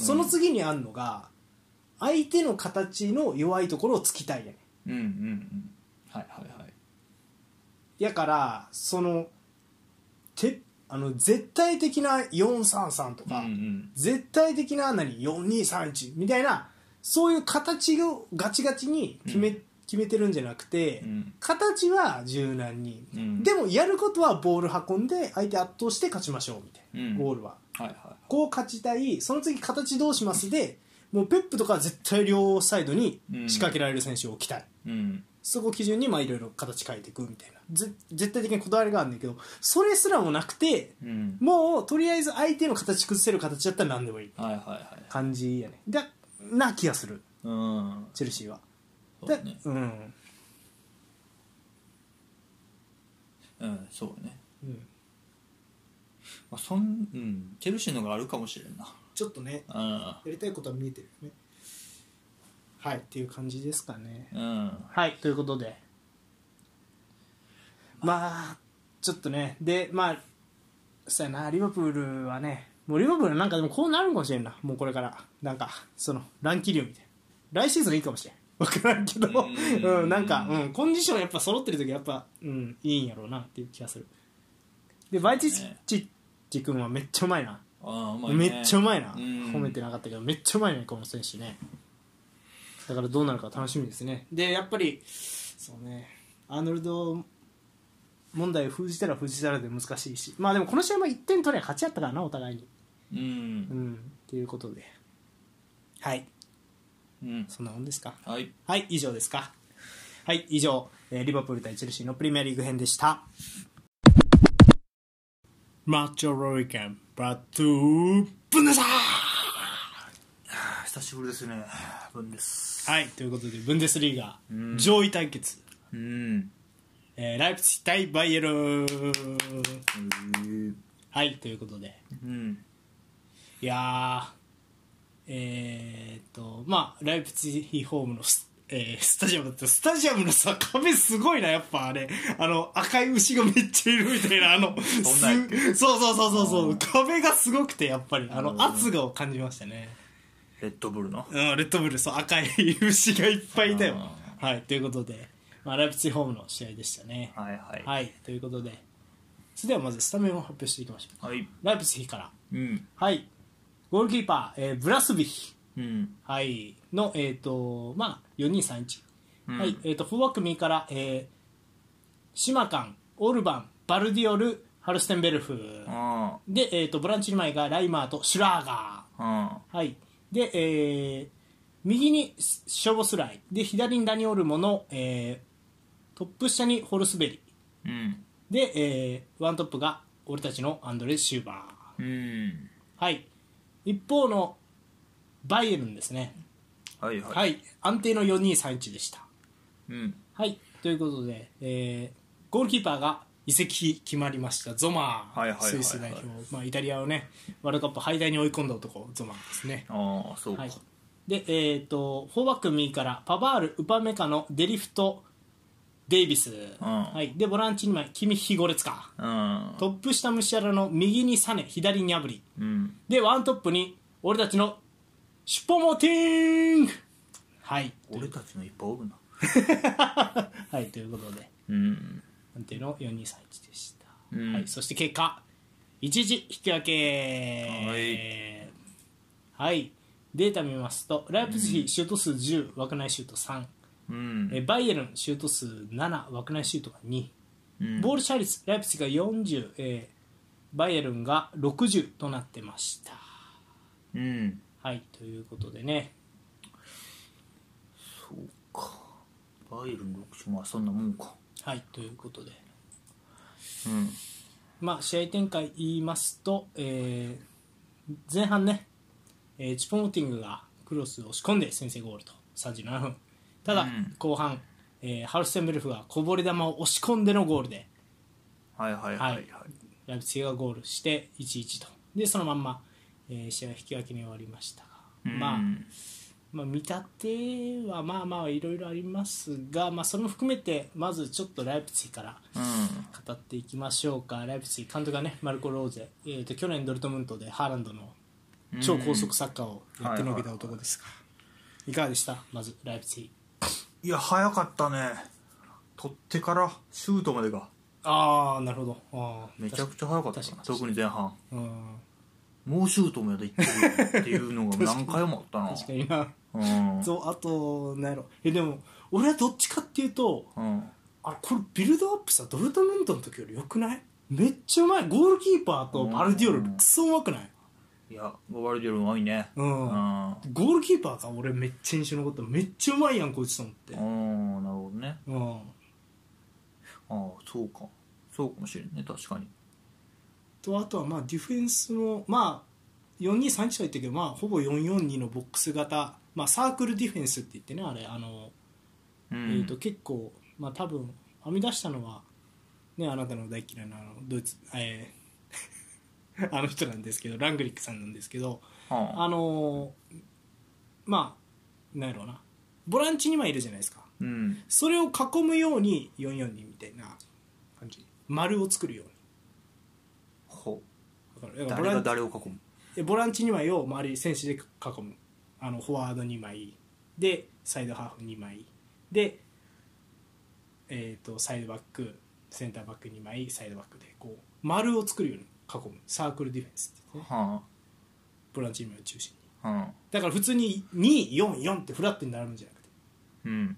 Speaker 2: なその次にあんのが、相手の形の弱いところをつきたいやね
Speaker 3: うんうんうんはいはいはい
Speaker 2: やからそのてあの絶対的な433とか、
Speaker 3: うんうん
Speaker 2: 絶対的な何4231みたいなそういう形をガチガチに決め,、
Speaker 3: うん
Speaker 2: 決めてるんじゃなくて、
Speaker 3: うん
Speaker 2: 形は柔軟に、
Speaker 3: うん
Speaker 2: でもやることはボール運んで相手圧倒して勝ちましょうみたいな、
Speaker 3: うん
Speaker 2: ゴールは
Speaker 3: はいは
Speaker 2: こう勝ちたいその次形どうしますでもうペップとかは絶対両サイドに仕掛けられる選手を置きたい、
Speaker 3: いうん
Speaker 2: そこを基準にまあいろいろ形変えていくみたいなぜ絶対的にこだわりがあるんだけどそれすらもなくて
Speaker 3: うん
Speaker 2: もうとりあえず相手の形崩せる形だったら何でもいい
Speaker 3: はいはいはい
Speaker 2: 感じやねだな気がする
Speaker 3: うん
Speaker 2: チェルシーは
Speaker 3: そう
Speaker 2: だ
Speaker 3: だね
Speaker 2: うん、
Speaker 3: うんそうね
Speaker 2: うん、
Speaker 3: まあそんうんチェルシーの方があるかもしれんな
Speaker 2: ちょっとね
Speaker 3: う
Speaker 2: やりたいことは見えてるよねはいっていう感じですかね
Speaker 3: んうん
Speaker 2: はいということでまあちょっとねでまあそうやなリバプールはねもうリバプールなんかでもこうなるんかもしれんなもうこれからなんかその乱気流みたいな来シーズンいいかもしれん分からんけど
Speaker 3: う
Speaker 2: うん
Speaker 3: ん、
Speaker 2: なんか、うん、コンディションやっぱ揃ってる時やっぱ、うん、いいんやろうなっていう気がするでバイチッチ君はめっちゃうまいな
Speaker 3: あーうまいね
Speaker 2: めっちゃうまいな、
Speaker 3: うん
Speaker 2: 褒めてなかったけどめっちゃうまいねこの選手ねだからどうなるか楽しみですねでやっぱりそうねアーノルド問題を封じたら封じたらで難しいしまあでもこの試合も1点取れば勝ちやったからなお互いに
Speaker 3: うん
Speaker 2: うんということではい
Speaker 3: うん
Speaker 2: そんなもんですか
Speaker 3: はい
Speaker 2: はい以上ですかはい以上、えーリバプール対チェルシーのプレミアリーグ編でした
Speaker 1: マッチョロイケンバトゥーブンデサ
Speaker 3: 久しぶりですね分です
Speaker 2: はいということでブンデスリーガ
Speaker 3: うん
Speaker 2: 上位対決、
Speaker 3: うん
Speaker 2: えーライプツィ対バイエルン
Speaker 3: うん
Speaker 2: はいということで
Speaker 3: うん
Speaker 2: いやーえー、っとまあライプツィホームのス,、えースタジアムだったスタジアムのさ壁すごいなやっぱあれあの赤い牛がめっちゃいるみたいなあの
Speaker 3: そんなんやっけ
Speaker 2: すそうそうそうそうそう
Speaker 3: うん
Speaker 2: 壁がすごくてやっぱりあの
Speaker 3: うん
Speaker 2: 圧がを感じましたね
Speaker 3: レッドブルの
Speaker 2: うんレッドブルそう赤い牛がいっぱいいたよ
Speaker 3: あ
Speaker 2: はいということで、まあ、ライプツィホームの試合でしたね
Speaker 3: はいはい
Speaker 2: はい、ということで、それではまずスタメンを発表していきましょう。
Speaker 3: はい
Speaker 2: ライプツィヒから、
Speaker 3: うん
Speaker 2: はい、ゴールキーパー、えーブラスビヒ、
Speaker 3: うん
Speaker 2: はい、の、えっ、と、まあ、4231。
Speaker 3: うん
Speaker 2: はい、えっ、と、フォワークミーから、えー、シマカン、オルバン、バルディオル、ハルステンベルフ。
Speaker 3: あ
Speaker 2: で、えっ、と、ボランチ2枚がライマーとシュラーガ
Speaker 3: ああ
Speaker 2: ー。はい、で、えー、右にショボスライ、で、左にダニオルモの、えー、トップ下にホルスベリ。
Speaker 3: あうん
Speaker 2: で、えーワントップが俺たちのアンドレ・シューバー。
Speaker 3: うん
Speaker 2: はい、一方のバイエルンですね、
Speaker 3: はいはい
Speaker 2: はい安定の4231でした。
Speaker 3: うん
Speaker 2: はい、ということで、えーゴールキーパーが移籍決まりましたゾマー、
Speaker 3: はいはいはいはい
Speaker 2: スイス代表、まあ、イタリアをねワールドカップ敗退に追い込んだ男ゾマーですね、
Speaker 3: ああそうか、
Speaker 2: はい、でえっ、と4バック右からパバールウパメカのデリフトデイビス、はい、でボランチに枚キミヒゴレツカトップ下ムシアラの右にサネ左にアブリ
Speaker 3: うんうん
Speaker 2: でワントップに俺たちのシュポモティングはい
Speaker 3: 俺たちのいっぱいおるな
Speaker 2: はいということで
Speaker 3: うん
Speaker 2: 判定の4231でした、
Speaker 3: うん
Speaker 2: はい、そして結果一時引き分けはい、データ見ますとライプツヒシュート数10枠内シュート3、
Speaker 3: うん
Speaker 2: えバイエルンシュート数7枠内シュートが2、
Speaker 3: うん
Speaker 2: ボールシャ率ライプツヒが40、えーバイエルンが60となってました
Speaker 3: うん
Speaker 2: はいということでね
Speaker 3: そうかバイエルン6勝まあそんなもんか
Speaker 2: はいということで
Speaker 3: うん
Speaker 2: まあ、試合展開言いますと、えー前半ね、えーチュポモティングがクロスを押し込んで先制ゴールと37分ただ、
Speaker 3: うん
Speaker 2: 後半、えーハルステンベルフがこぼれ球を押し込んでのゴールで
Speaker 3: はいはいはいは
Speaker 2: はい
Speaker 3: い、
Speaker 2: ライプツィがゴールして1-1とでそのまんま、えー試合は引き分けに終わりましたが、
Speaker 3: うん
Speaker 2: まあ、まあ、見立てはまあまあいろいろありますが、まあ、それも含めてまずちょっとライプツィから
Speaker 3: う
Speaker 2: 語っていきましょうかライプツィ監督がねマルコ・ローゼ、えー、と去年ドルトムントでハーランドの
Speaker 3: ん
Speaker 2: 超高速サッカーをやってのけた男ですが、いかがでしたまずライプツィ
Speaker 3: いや早かったね取ってからシュートまでが
Speaker 2: ああなるほどあー
Speaker 3: めちゃくちゃ早かった
Speaker 2: 確かに
Speaker 3: 特に前半
Speaker 2: うん
Speaker 3: もうシュートまで行ってるってい うのが何回もあっ
Speaker 2: 確か
Speaker 3: た
Speaker 2: にな
Speaker 3: なうん
Speaker 2: とあとなんやろえでも俺はどっちかっていうと
Speaker 3: うん
Speaker 2: あこれビルドアップさドルトムントの時よりよくないめっちゃうまいゴールキーパーとバルディオル
Speaker 3: うん
Speaker 2: クソうまくない
Speaker 3: いやワルディオルも多いね
Speaker 2: うん
Speaker 3: うん
Speaker 2: ゴールキーパーが俺めっちゃ印象に残っためっちゃうまいやんこいつと思って
Speaker 3: うんなるほどね
Speaker 2: うん
Speaker 3: ああそうかそうかもしれんね確かに
Speaker 2: とあとはまあディフェンスもまあ4-2-3-1とは言ったけど、まあ、ほぼ4-4-2のボックス型、まあ、サークルディフェンスって言ってねあれあの、
Speaker 3: う
Speaker 2: え
Speaker 3: ん
Speaker 2: ー、と結構、まあ、多分編み出したのは、ね、あなたの大嫌いなあのドイツ、えー あの人なんですけどラングリックさんなんですけど
Speaker 3: はあ
Speaker 2: あのーまあなんやろうなボランチにはいるじゃないですか
Speaker 3: うん
Speaker 2: それを囲むように4-4-2みたいな感じ丸を作るように。
Speaker 3: ほ
Speaker 2: わかるだからボ
Speaker 3: 誰
Speaker 2: ラン
Speaker 3: が
Speaker 2: チ
Speaker 3: 誰を囲む
Speaker 2: でボランチ2枚を周り選手で囲むあのフォワード2枚でサイドハーフ2枚で、えー、とサイドバックセンターバック2枚サイドバックでこう丸を作るように囲むサークルディフェンスって、ね、
Speaker 3: は
Speaker 2: ボランチ2枚を中心に
Speaker 3: あはあ
Speaker 2: だから普通に244ってフラットに並ぶんじゃなくて、
Speaker 3: うん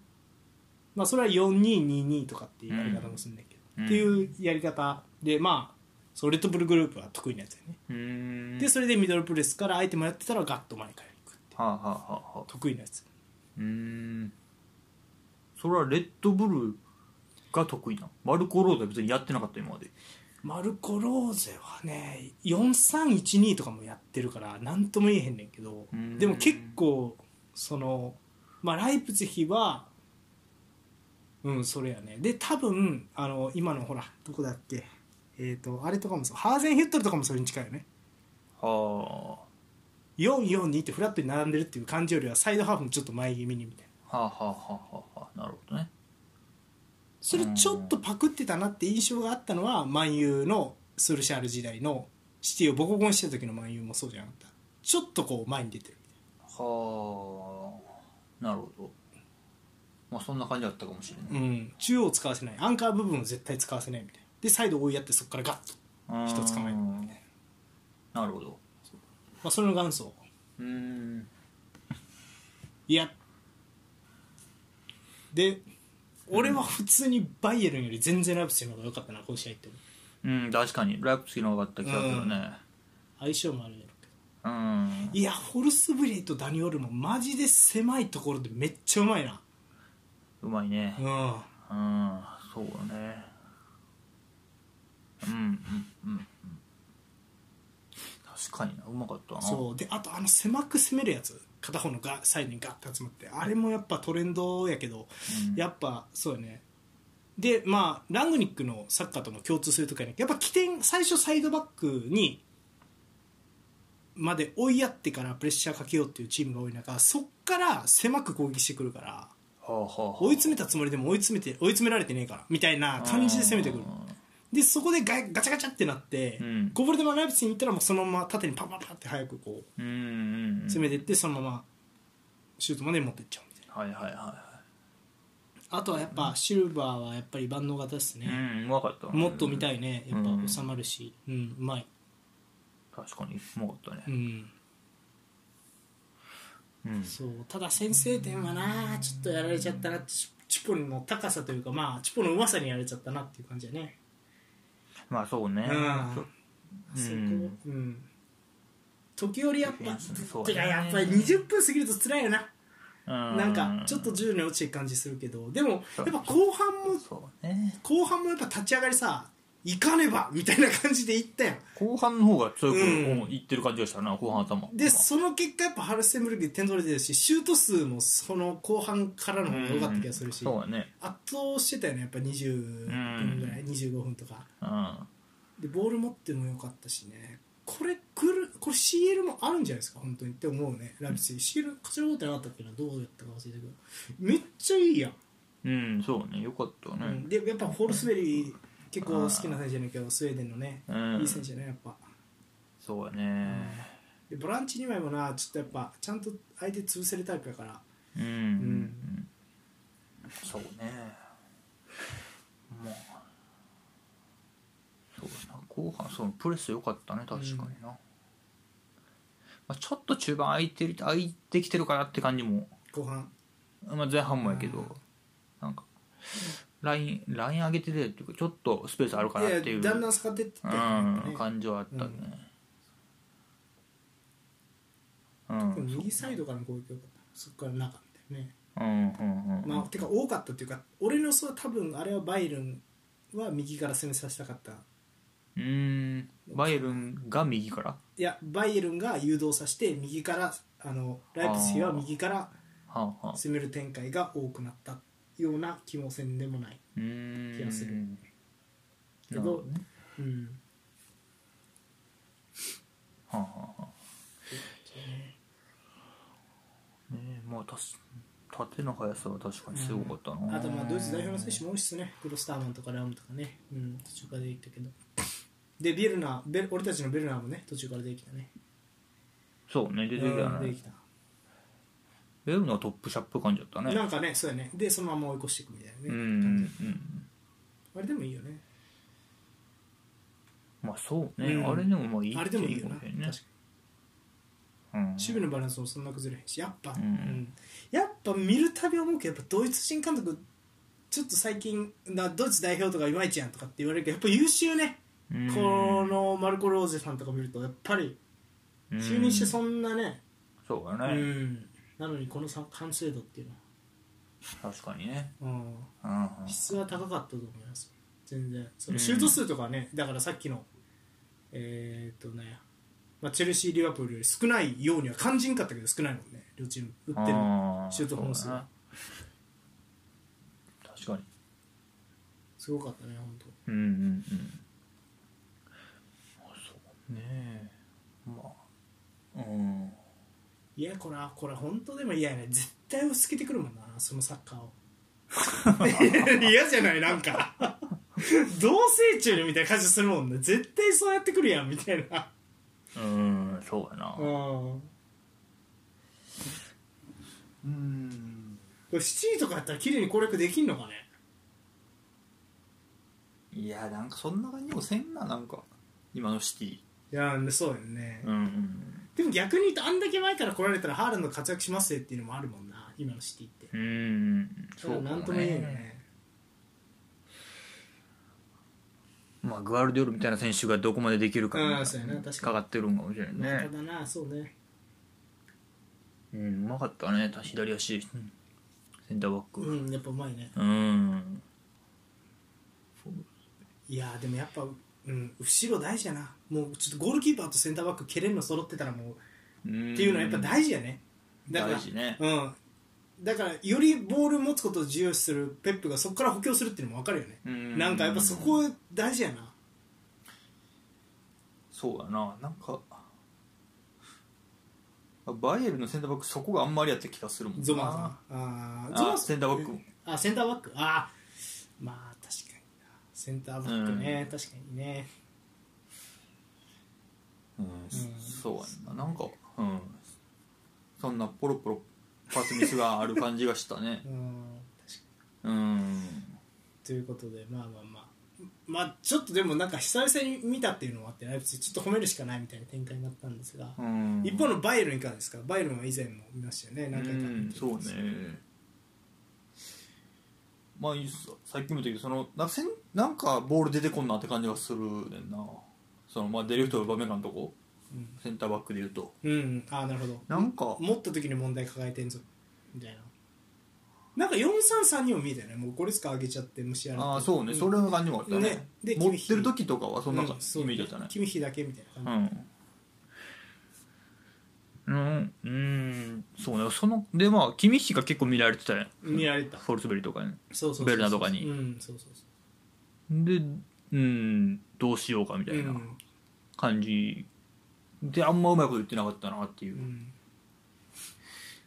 Speaker 2: まあ、それは4222とかっていうやり方もするんだけど、
Speaker 3: うん
Speaker 2: っていうやり方でまあそうレッドブルグループは得意なやつだよね、
Speaker 3: うーん
Speaker 2: でそれでミドルプレスから相手もやってたらガッと前から行くっていう
Speaker 3: はあはあはあはあ
Speaker 2: 得意なやつ
Speaker 3: うーんそれはレッドブルが得意なのマルコ・ロードは別にやってなかった今まで
Speaker 2: マルコ・ローゼはね4312とかもやってるから何とも言えへんねんけど
Speaker 3: うん
Speaker 2: でも結構その、まあ、ライプツィヒはうんそれやねで多分あの今のほらどこだっけえっ、とあれとかもそうハーゼンヒュットルとかもそれに近いよね
Speaker 3: は
Speaker 2: 442ってフラットに並んでるっていう感じよりはサイドハーフもちょっと前気味にみたいな
Speaker 3: あはあはあはあはあはあなるほどね
Speaker 2: それちょっとパクってたなって印象があったのは万有のスルシャール時代のシティをボコボコにしてた時の万有もそうじゃなかったちょっとこう前に出てる
Speaker 3: はあなるほどまあそんな感じだったかもしれない、
Speaker 2: うん中央を使わせないアンカー部分を絶対使わせないみたいなでサイドを追いやってそこからガッと、
Speaker 3: うーん
Speaker 2: 一つ構える
Speaker 3: なるほど
Speaker 2: まあ、それの元祖
Speaker 3: うーん
Speaker 2: いやで俺は普通にバイエルンより全然ライブスの方が良かったなこの試合って思う
Speaker 3: うん確かにライプツィヒの方があった気がするね
Speaker 2: 相性もあるやろうけど
Speaker 3: うん
Speaker 2: いやホルスブレイとダニオルもマジで狭いところでめっちゃうまいな
Speaker 3: うまいね
Speaker 2: うん
Speaker 3: うんそうだねうんうんうんうん確かになうまかったな
Speaker 2: そうであとあの狭く攻めるやつ片方のがサイドにガッて集まってあれもやっぱトレンドやけど、
Speaker 3: うん
Speaker 2: やっぱそうやねでまあラングニックのサッカーとも共通するとかねやっぱ起点最初サイドバックにまで追いやってからプレッシャーかけようっていうチームが多い中そっから狭く攻撃してくるから
Speaker 3: はあはあはあ
Speaker 2: 追い詰めたつもりでも追い詰めて追い詰められてねえからみたいな感じで攻めてくるでそこでガガチャガチャってなって、
Speaker 3: うん
Speaker 2: こぼれ球がライブスに行ったらもうそのまま縦にパンパンパンって早くこう
Speaker 3: うんうんうん
Speaker 2: 攻めてってそのままシュートまで持ってっちゃうみたいな
Speaker 3: はいはいは
Speaker 2: あとはやっぱシルバーはやっぱり万能型です
Speaker 3: いは
Speaker 2: ね、
Speaker 3: いうんうまかった
Speaker 2: もっと見たいねやっ
Speaker 3: うん
Speaker 2: ぱ収まるしうん、うまい
Speaker 3: 確かにうまかった
Speaker 2: う
Speaker 3: ね
Speaker 2: ん
Speaker 3: うん
Speaker 2: そうただ先制点はなちょっとやられちゃったなチチュポの高さというかまあチュポのうまさにやられちゃったなっていう感じだね
Speaker 3: まあそうね
Speaker 2: うん
Speaker 3: そ
Speaker 2: あ
Speaker 3: う
Speaker 2: そこ、う
Speaker 3: うん
Speaker 2: ん、時折やっ
Speaker 3: いや
Speaker 2: ぱ
Speaker 3: そう
Speaker 2: てか
Speaker 3: だね
Speaker 2: やっぱり20分過ぎると辛いよな
Speaker 3: うん
Speaker 2: なんかちょっと自由に落ちていく感じするけどでもや
Speaker 3: そ
Speaker 2: っ
Speaker 3: う
Speaker 2: ぱ後半も
Speaker 3: そうね
Speaker 2: 後半もやっぱ立ち上がりさ行かねばみたいな感じで行ったやん
Speaker 3: 後半の方が強く
Speaker 2: うん
Speaker 3: うんいってる感じがしたな後半頭
Speaker 2: でその結果やっぱハルセンブルクで点取れてるしシュート数もその後半からの方が良かった気がするし
Speaker 3: うん
Speaker 2: 圧
Speaker 3: そうだね
Speaker 2: 倒してたよねやっぱ20分ぐらい25分とか
Speaker 3: うん
Speaker 2: でボール持っても良かったしねこれ来るこれ CL もあるんじゃないですか本当にって思うねラビッチ CL 勝ち上がってなかったっけなどうやったか忘れたけどめっちゃいいやん、
Speaker 3: うんそうねよかった
Speaker 2: う
Speaker 3: ね
Speaker 2: ん、でやっぱホールスベリー結構好きな選手じゃないけどスウェーデンのね
Speaker 3: うん
Speaker 2: いい選手だねやっぱ
Speaker 3: そうだね
Speaker 2: でボランチ2枚もなちょっとやっぱちゃんと相手潰せるタイプだから
Speaker 3: うんうんうんそうねもうそうだな後半そのプレス良かったね確かにな、まあ、ちょっと中盤空いてる空いてきてるかなって感じも、
Speaker 2: 後半
Speaker 3: まあ、前半もやけど、
Speaker 2: うん
Speaker 3: なんかラインライン上げててっていうかちょっとスペースあるかなっていう
Speaker 2: やだんだん使ってってたよねやっぱ
Speaker 3: うん、
Speaker 2: ね
Speaker 3: 感じはあったね、うん
Speaker 2: でも右サイドからの攻撃がそこから中みたいなね、
Speaker 3: うんうんうん、
Speaker 2: まあ、てか多かったっていうか俺の予想は多分あれはバイルンは右から攻めさせたかった
Speaker 3: うーんバイエルンが右から
Speaker 2: いやバイエルンが誘導させて右からあのライプツィヒは右から
Speaker 3: はあはあ
Speaker 2: 攻める展開が多くなったような気もせんでもない、
Speaker 3: うーん
Speaker 2: 気がするけ
Speaker 3: な
Speaker 2: ど
Speaker 3: るほどね
Speaker 2: うん、
Speaker 3: はあはあはあねえまあたす縦の速さは確かにすごかったな、
Speaker 2: あとまあドイツ代表の選手も多いっすねクロスターマンとかラウムとかね、うん、途中から出てきたけどでビルナベル俺たちのベルナーもね途中から出てきたね
Speaker 3: そうね出てきた
Speaker 2: うん出
Speaker 3: ね
Speaker 2: てきた
Speaker 3: ベルのトップシャップ感じだったね
Speaker 2: なんかねそうやねでそのまま追い越していくみたいなね、
Speaker 3: うんうんうん
Speaker 2: あれでもいいよね
Speaker 3: まあそうね、
Speaker 2: うん
Speaker 3: あれでもまあいい
Speaker 2: あ
Speaker 3: っ
Speaker 2: れ
Speaker 3: ち
Speaker 2: で
Speaker 3: ゃ
Speaker 2: も
Speaker 3: い
Speaker 2: い
Speaker 3: い
Speaker 2: いよな
Speaker 3: かも
Speaker 2: 確
Speaker 3: し
Speaker 2: か
Speaker 3: れ
Speaker 2: に守
Speaker 3: んねうん
Speaker 2: 備のバランスもそんな崩れへんしやっぱ、
Speaker 3: うん
Speaker 2: やっぱ見るたび思うけどやっぱドイツ人監督ちょっと最近なドイツ代表とかいまいちやんとかって言われるけどやっぱ優秀ね、
Speaker 3: うん
Speaker 2: このマルコ・ローゼさんとか見るとやっぱり就任して
Speaker 3: うん
Speaker 2: そんなね、
Speaker 3: そうだ
Speaker 2: うん
Speaker 3: ね、
Speaker 2: なのにこのさ完成度っていう
Speaker 3: 確かにね
Speaker 2: のは、うん
Speaker 3: うんうん
Speaker 2: 質は高かったと思います全然そのシュート数とかはね、だからさっきのえーっとね、まあ、チェルシーリバプールより少ないようには感じんかったけど少ないもんね両チーム打ってる
Speaker 3: あ
Speaker 2: シュート本数
Speaker 3: そうだね確かに
Speaker 2: すごかったね本当
Speaker 3: うんうんうんあそうねまあうん
Speaker 2: いやこれはこれは本当でも嫌やね絶対薄けてくるもんなそのサッカーを 嫌じゃないなんか同性中にみたいな感じするもんね絶対そうやってくるやんみたいな
Speaker 3: うんそうやな
Speaker 2: うん
Speaker 3: うん
Speaker 2: これ7位とかやったら綺麗に攻略できんのかね
Speaker 3: いやなんかそんな感じもせんななんか今のシティ
Speaker 2: いやそうやんね、
Speaker 3: うんうん
Speaker 2: でも逆に言うとあんだけ前から来られたらハーランド活躍しますぜっていうのもあるもんな今のシティって
Speaker 3: うんそう
Speaker 2: だ
Speaker 3: か
Speaker 2: から
Speaker 3: も
Speaker 2: なんとも言えんよね
Speaker 3: まあグアルディオルみたいな選手がどこまでできるか
Speaker 2: うん
Speaker 3: みたいな
Speaker 2: そうやな確かに
Speaker 3: かかってるんかもしれない
Speaker 2: た
Speaker 3: ね
Speaker 2: だなそうね
Speaker 3: うんうまかったね左足センターバック
Speaker 2: うんやっぱうまいね
Speaker 3: うん
Speaker 2: いやでもやっぱ、うん、後ろ大事やなもうちょっとゴールキーパーとセンターバック蹴れるの揃ってたらもう、
Speaker 3: うん
Speaker 2: っていうのはやっぱ大事やねだから
Speaker 3: 大事ね
Speaker 2: うんだからよりボール持つことを重要視するペップがそこから補強するっていうのも分かるよね
Speaker 3: うん
Speaker 2: なんかやっぱそこ大事やな
Speaker 3: そうだななんかバイエルンのセンターバックそこがあんまりやった気がするもんな
Speaker 2: ゾマーかなあーゾマ
Speaker 3: あセンターバック
Speaker 2: あセンターバックああまあ確かになセンターバックね、確かにね
Speaker 3: うん、そうやんななんかうんそんなポロポロパスミスがある感じがしたね
Speaker 2: うん確かに
Speaker 3: うん
Speaker 2: ということでまあまあまあまあちょっとでもなんか久々に見たっていうのもあってライブツィヒちょっと褒めるしかないみたいな展開になったんですが、
Speaker 3: うん
Speaker 2: 一方のバイエルンいかがですかバイエルンは以前も見ましたよね
Speaker 3: う
Speaker 2: 何回か
Speaker 3: んそうねまあいいっすさっきも言ったけどそのなんかせんなんかボール出てこんなって感じがするねんなそのまあデリフトの場面かのとこ
Speaker 2: うん、
Speaker 3: センターバックで言うと
Speaker 2: うん、ああなるほど
Speaker 3: なんか
Speaker 2: 持った時に問題抱えてんぞみたいななんか433にも見えたよねもうゴレスカ上げちゃって虫やられて
Speaker 3: ああそうね、
Speaker 2: ん
Speaker 3: それの感じもあったね
Speaker 2: ねで
Speaker 3: 持ってる時とかはそんな感
Speaker 2: うん
Speaker 3: じ、
Speaker 2: そう
Speaker 3: イメージだったね
Speaker 2: 君日だけみたいな感
Speaker 3: うんうんそうねそのでまあ君氏が結構見られてたね
Speaker 2: じ、見られた
Speaker 3: フォルツベリとかね
Speaker 2: そうそうそうそう
Speaker 3: ベルナとかに
Speaker 2: うんそうそうそ
Speaker 3: でうんどうしようかみた
Speaker 2: う、
Speaker 3: いうなん感じ、であんまうまいこと言ってなかったなっていうう、
Speaker 2: ん、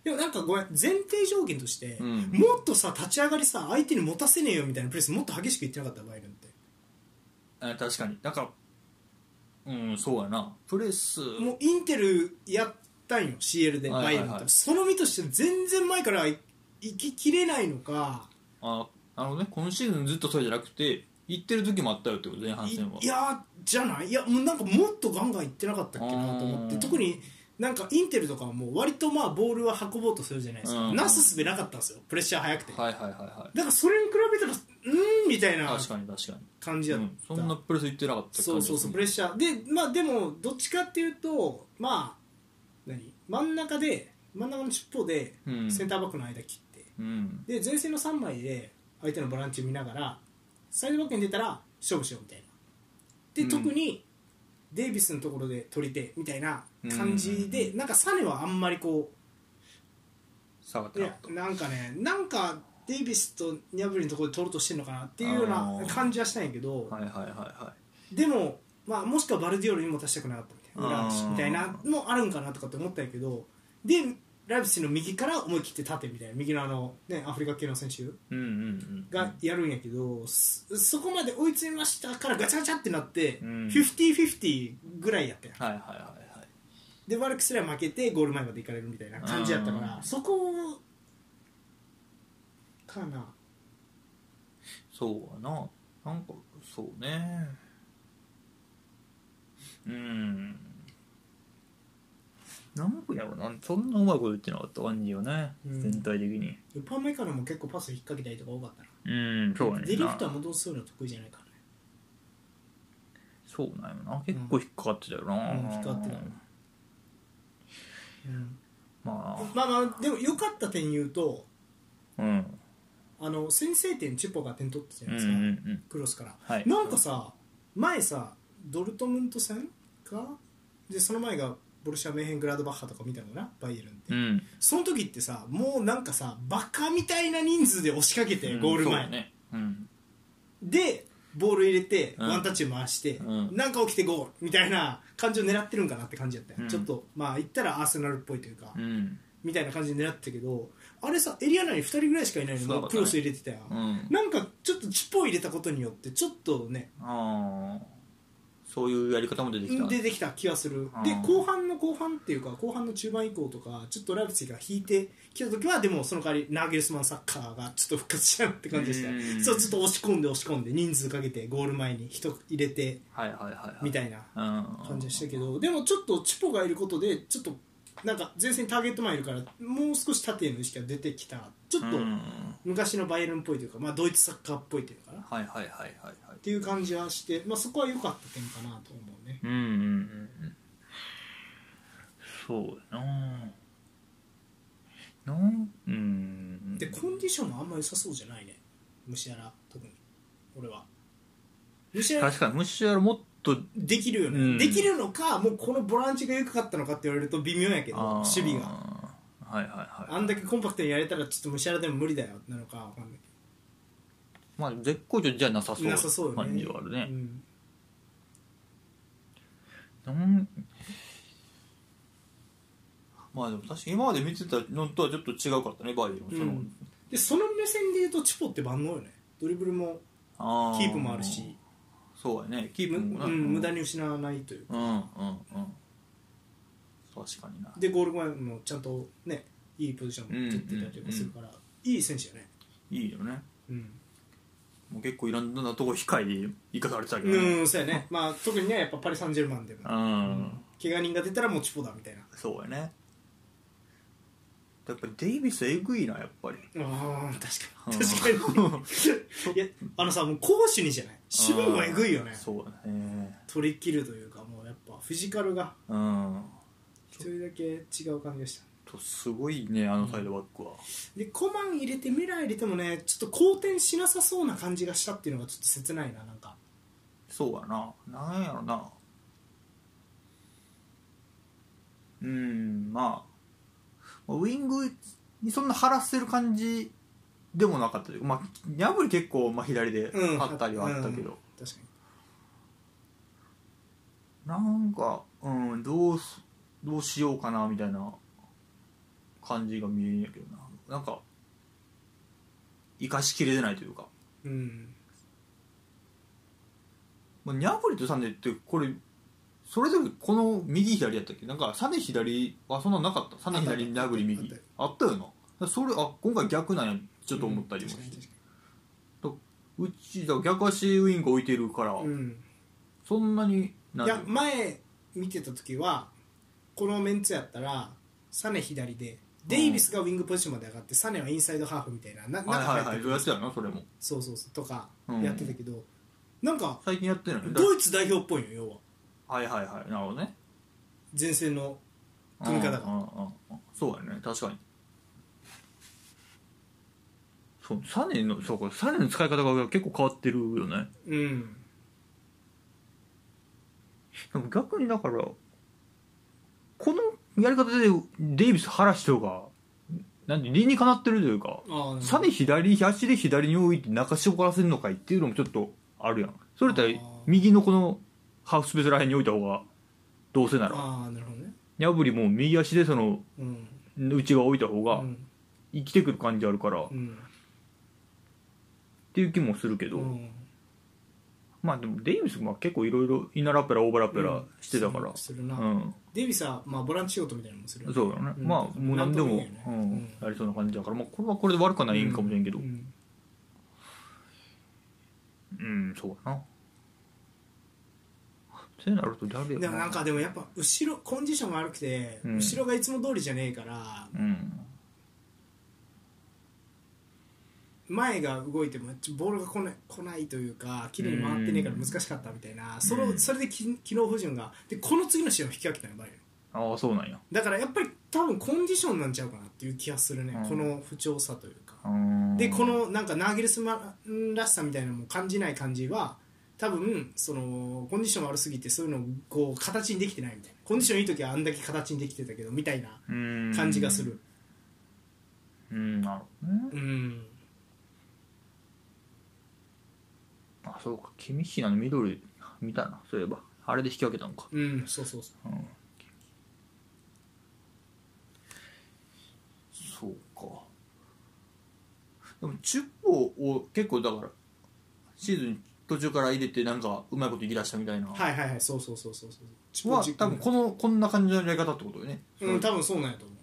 Speaker 2: でもなんかごめん前提条件として、
Speaker 3: うん
Speaker 2: もっとさ立ち上がりさ相手に持たせねえよみたいなプレスもっと激しく言ってなかったバイエルンって
Speaker 3: あ確かにだからうんそうやなプレス
Speaker 2: もうインテルやったんよ CL で
Speaker 3: はい
Speaker 2: バ
Speaker 3: はい
Speaker 2: イ
Speaker 3: は
Speaker 2: エ
Speaker 3: い
Speaker 2: ルンと、その身として全然前からい行ききれないのか
Speaker 3: ああのね今シーズンずっとそれじゃなくて行ってる時もあったよってこと前半
Speaker 2: い
Speaker 3: 戦はい
Speaker 2: やじゃないいやもうなんかもっとガンガンいってなかったっけなと思って
Speaker 3: うん
Speaker 2: 特になんかインテルとかはもう割とまあボールは運ぼうとするじゃないですか、
Speaker 3: うん
Speaker 2: なすすべなかったんですよプレッシャー早くて、
Speaker 3: はいはいはいは
Speaker 2: だからそれに比べたらうーんみたい
Speaker 3: い
Speaker 2: な
Speaker 3: 確かに確かに
Speaker 2: 感じだっ
Speaker 3: う
Speaker 2: た、
Speaker 3: ん、そんなプレス言ってなかった
Speaker 2: そうそうそうプレ
Speaker 3: レ
Speaker 2: ッシャーでまあでもどっちかっていうとまあ何真ん中で真ん中の尻尾で
Speaker 3: うん
Speaker 2: センターバックの間切って、
Speaker 3: うん
Speaker 2: で前線の3枚で相手のボランチを見ながらサイドバックに出たら勝負しようみたいなで、
Speaker 3: うん
Speaker 2: 特にデイビスのところで取り手みたいな感じで、なんかサネはあんまりこ
Speaker 3: 下がっ
Speaker 2: う
Speaker 3: て
Speaker 2: い
Speaker 3: なか
Speaker 2: や
Speaker 3: った
Speaker 2: なんかねなんかデイビスとニャブリのところで取ろうとしてるのかなっていうような
Speaker 3: あー
Speaker 2: 感じはしたんやけど、
Speaker 3: はいはいはいは
Speaker 2: でも、まあ、もしくはバルディオルにも出したくなかったみたいな裏
Speaker 3: あ
Speaker 2: 足
Speaker 3: ー
Speaker 2: みたいなのもあるんかなとかって思ったんやけどでライブスの右から思い切って縦みたいな右のあの、ね、アフリカ系の選手
Speaker 3: いうんうんうん
Speaker 2: がやるんやけど、そそこまで追い詰めましたからガチャガチャってなって、
Speaker 3: うん
Speaker 2: 50-50ぐらいやったやん
Speaker 3: はいはいはいはい
Speaker 2: で悪くすれば負けてゴール前まで行かれるみたいな感じやったか
Speaker 3: う
Speaker 2: ら
Speaker 3: ん
Speaker 2: そこかな
Speaker 3: そうやななんかそうねうんなんかやろなそんなうまいこと言ってなかった感じよね、
Speaker 2: うん
Speaker 3: 全体的に
Speaker 2: ウパメカノも結構パス引っ掛けたりとか多かったな
Speaker 3: うんそうやねんな
Speaker 2: ディレクターもどうするの得意じゃないからね
Speaker 3: そうなんやな結構引っかかってたよな、
Speaker 2: うん引っかかってたうん
Speaker 3: ま
Speaker 2: まあまあでも良かった点言うと
Speaker 3: あうん
Speaker 2: あの先制点チュポが点取ったじゃ
Speaker 3: う
Speaker 2: なんいうで
Speaker 3: ん
Speaker 2: すか、
Speaker 3: うん
Speaker 2: クロスから、
Speaker 3: はい
Speaker 2: なんかさ前さドルトムント戦かでその前がボルシア・メーヘングラードバッハとか見たのかなバイエルンって、
Speaker 3: うん
Speaker 2: その時ってさもうなんかさバカみたいな人数で押しかけて、ゴール
Speaker 3: うん
Speaker 2: 前、
Speaker 3: そうねうん
Speaker 2: でボール入れて、
Speaker 3: うん
Speaker 2: ワンタッチ回して、
Speaker 3: うん
Speaker 2: なんか起きてゴールみたいな感じを狙ってるんかなって感じだったよ、
Speaker 3: うん
Speaker 2: ちょっとまあ言ったらアーセナルっぽいというか、
Speaker 3: うん
Speaker 2: みたいな感じで狙ってたけどあれさエリア内に2人ぐらいしかいないのに、
Speaker 3: そうだったね
Speaker 2: クロス入れてたよ、
Speaker 3: うん
Speaker 2: なんかちょっとチッポを入れたことによってちょっとね
Speaker 3: ああそういうやり方も出てきた
Speaker 2: 出てきた気がする
Speaker 3: あー
Speaker 2: で後半の後半っていうか後半の中盤以降とかちょっとライブツィヒが引いてきた時はでもその代わりナーゲルスマンサッカーがちょっと復活しちゃうって感じでした
Speaker 3: うーん
Speaker 2: そうちょっと押し込んで押し込んで人数かけてゴール前に人入れて
Speaker 3: はいはいはいはい
Speaker 2: みたいな
Speaker 3: な
Speaker 2: 感じでしたけどでもちょっとチュポがいることでちょっとなんか前線にターゲット前いるからもう少し縦への意識が出てきたちょっと
Speaker 3: うん
Speaker 2: 昔のバイエルンっぽいというか、まあ、ドイツサッカーっぽいというのかなっ
Speaker 3: はいはいはいはいはい
Speaker 2: ていう感じはして、まあ、そこは良かった点かなと思うね
Speaker 3: うんうんうんうんそうやななんうん
Speaker 2: でコンディションもあんま良さそうじゃないね虫やら特に俺は虫やら
Speaker 3: 確かにムシアラもっと
Speaker 2: できるよね、
Speaker 3: うん
Speaker 2: できるのかもうこのボランチが良かったのかって言われると微妙やけど守備が
Speaker 3: がはいはいは
Speaker 2: あんだけコンパクトにやれたらちょっとムシャラでも無理だよなのかわかんない
Speaker 3: いまあ絶好調じゃなさそ
Speaker 2: なさそう
Speaker 3: う
Speaker 2: よね
Speaker 3: 感じはあるね
Speaker 2: うん
Speaker 3: うんまあでも確かに今まで見てたのとはちょっと違うかったねバイエルンはその、
Speaker 2: うんでその目線で言うとチュポって万能よねドリブルも
Speaker 3: あー
Speaker 2: キープもあるし
Speaker 3: そうやねキー
Speaker 2: む
Speaker 3: プ
Speaker 2: う
Speaker 3: もな、
Speaker 2: ん、無駄に失わないというか
Speaker 3: うんうんうん確かにな
Speaker 2: でゴール前もちゃんとねいいポジションを取ってたりとかするから、いい選手だね
Speaker 3: いいよね
Speaker 2: うん、
Speaker 3: もう結構いろんなとこ控えで生かされてたけどね
Speaker 2: うん、そうやねまあ特にねやっぱパリ・サンジェルマンでも
Speaker 3: うん、
Speaker 2: 怪我人が出たらもうチュポだみたいな
Speaker 3: そうやねやっぱりデイビスえぐいなやっぱり
Speaker 2: あ
Speaker 3: う
Speaker 2: ー
Speaker 3: ん
Speaker 2: 確かに確か にいやあのさもう攻守にじゃない守備もえぐいよね
Speaker 3: うんそうやね
Speaker 2: 取り切るというかもうやっぱフィジカルが
Speaker 3: うん
Speaker 2: 一人だけ違う感じがした
Speaker 3: とすごいねあのサイドバックは、
Speaker 2: でコマン入れてミラー入れてもねちょっと好転しなさそうな感じがしたっていうのがちょっと切ないななんか
Speaker 3: そうやななんやろなうんまあウイングにそんな張らせる感じでもなかったというかまあギャブリ結構、まあ、左で
Speaker 2: うん
Speaker 3: 張ったりはあったけど、
Speaker 2: うん確か
Speaker 3: なんかうんどうすどうしようかなみたいな感じが見えんやけどななんか生かしきれてないというか
Speaker 2: にうん
Speaker 3: まあ、ニャブリとサネってこれそれぞれこの右左やったっけなんかサネ左はそんななかったサネ左
Speaker 2: あ
Speaker 3: ニ
Speaker 2: ったあ
Speaker 3: ャ
Speaker 2: った
Speaker 3: ブリ
Speaker 2: あっ
Speaker 3: 右
Speaker 2: たよ
Speaker 3: あったよなだからそれあ今回逆なんやちょっと思ったりもして
Speaker 2: 確かに確か
Speaker 3: うちだから逆足ウイング置いてるから、
Speaker 2: にうん
Speaker 3: そんなにない
Speaker 2: や前見てた時はこのメンツやったらサネ左でデイビスがウィングポジションまで上がってサネはインサイドハーフみたいなななんか
Speaker 3: はいは
Speaker 2: 入っ
Speaker 3: いはい
Speaker 2: て
Speaker 3: どうや
Speaker 2: る
Speaker 3: ってやなそれも
Speaker 2: そうそうそうとか
Speaker 3: うん
Speaker 2: やってたけど、なんか
Speaker 3: 最近やってないのだ
Speaker 2: ドイツ代表っぽいの要は
Speaker 3: はいはいはいなるほどね
Speaker 2: 前線の組み方が
Speaker 3: うんうんうんうんそうやね確かにそうサネのそうかサネの使い方が結構変わってるよね
Speaker 2: うん
Speaker 3: でも逆にだからこのやり方でデイビス晴らしとかなんで理にかなってるというか
Speaker 2: ああ
Speaker 3: 差で左足で左に置いて中絞らせるのかいっていうのもちょっとあるやんそれだったら
Speaker 2: あー
Speaker 3: 右のこのハーフスペースらへんに置いた方がどうせなら
Speaker 2: ああなるほどね
Speaker 3: ニャブリも右足でその
Speaker 2: うん
Speaker 3: 内側置いた方
Speaker 2: う
Speaker 3: が
Speaker 2: ん
Speaker 3: 生きてくる感じあるからっ
Speaker 2: うん
Speaker 3: ていう気もするけど、
Speaker 2: うん
Speaker 3: まあでもデイビスも結構いろいろイナラッペラオーバーラッペラしてたから、
Speaker 2: するな、
Speaker 3: うん、
Speaker 2: デイビスは、まあ、ボランチ仕事みたいなのもするよね
Speaker 3: そうだね、
Speaker 2: うん
Speaker 3: まあもう何で
Speaker 2: なんと
Speaker 3: も
Speaker 2: も言えんよね
Speaker 3: う
Speaker 2: うん
Speaker 3: ん、やりそうな感じだから、まあ、これはこれで悪くはないんかもしれんけどう、
Speaker 2: うんん
Speaker 3: そうだなってなると誰や
Speaker 2: でもなんかでもやっぱ後ろコンディションが悪くて、
Speaker 3: うん
Speaker 2: 後ろがいつも通りじゃねえから
Speaker 3: うん
Speaker 2: 前が動いてもちょボールが来ない来ないというか綺麗に回ってねえから難しかったみたいな、それ
Speaker 3: う
Speaker 2: を
Speaker 3: ん
Speaker 2: それでき機能不順がでこの次の試合を引き分けたのがバレる
Speaker 3: ああそうなんや
Speaker 2: だからやっぱり多分コンディションなんちゃうかなっていう気がするね、
Speaker 3: うん
Speaker 2: この不調さというか
Speaker 3: うん
Speaker 2: でこのなんかナーゲルスマンらしさみたいなのも感じない感じは多分そのコンディション悪すぎてそういうのをこう形にできてないみたいなコンディションいい時はあんだけ形にできてたけどみたいな
Speaker 3: うん
Speaker 2: 感じがする
Speaker 3: うんなるほどね
Speaker 2: うん
Speaker 3: あそうかキミッヒなの緑見たなそういえばあれで引き分けたのか
Speaker 2: うんそうそうそう
Speaker 3: そうかでもチュッポを結構だからシーズン途中から入れてなんかうまいこといきだしたみたいな
Speaker 2: はいはいはいそうそうそうそうそうチ
Speaker 3: は多分このこんな感じのやり方ってことよね、
Speaker 2: うん多分そうなんやと思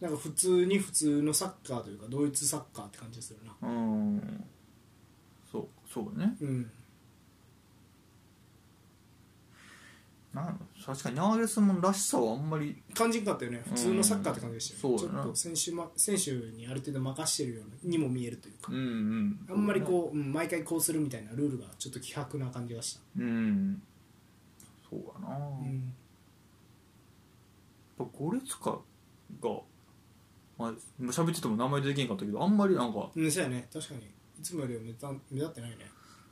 Speaker 2: うなんか普通に普通のサッカーというかドイツサッカーって感じするな
Speaker 3: うんそうそうね
Speaker 2: うん
Speaker 3: なんやろ確かにナーゲルスマンらしさはあんまり
Speaker 2: 感じんかったよね普通のサッカーって感じでしたよね
Speaker 3: うんそう
Speaker 2: ち
Speaker 3: だ
Speaker 2: ょ
Speaker 3: な
Speaker 2: っと選手,、ま、選手にある程度任してるようにも見えるというか
Speaker 3: うんうん
Speaker 2: あんまりこう、うん毎回こうするみたいなルールがちょっと希薄な感じがした、
Speaker 3: うんそうだな、
Speaker 2: う
Speaker 3: やっ
Speaker 2: ん
Speaker 3: ぱゴレツカがまあ喋ってても名前出てけんかったけどあんまりなんか
Speaker 2: うん、そうやね確かにいつもよりは目立目立ってないね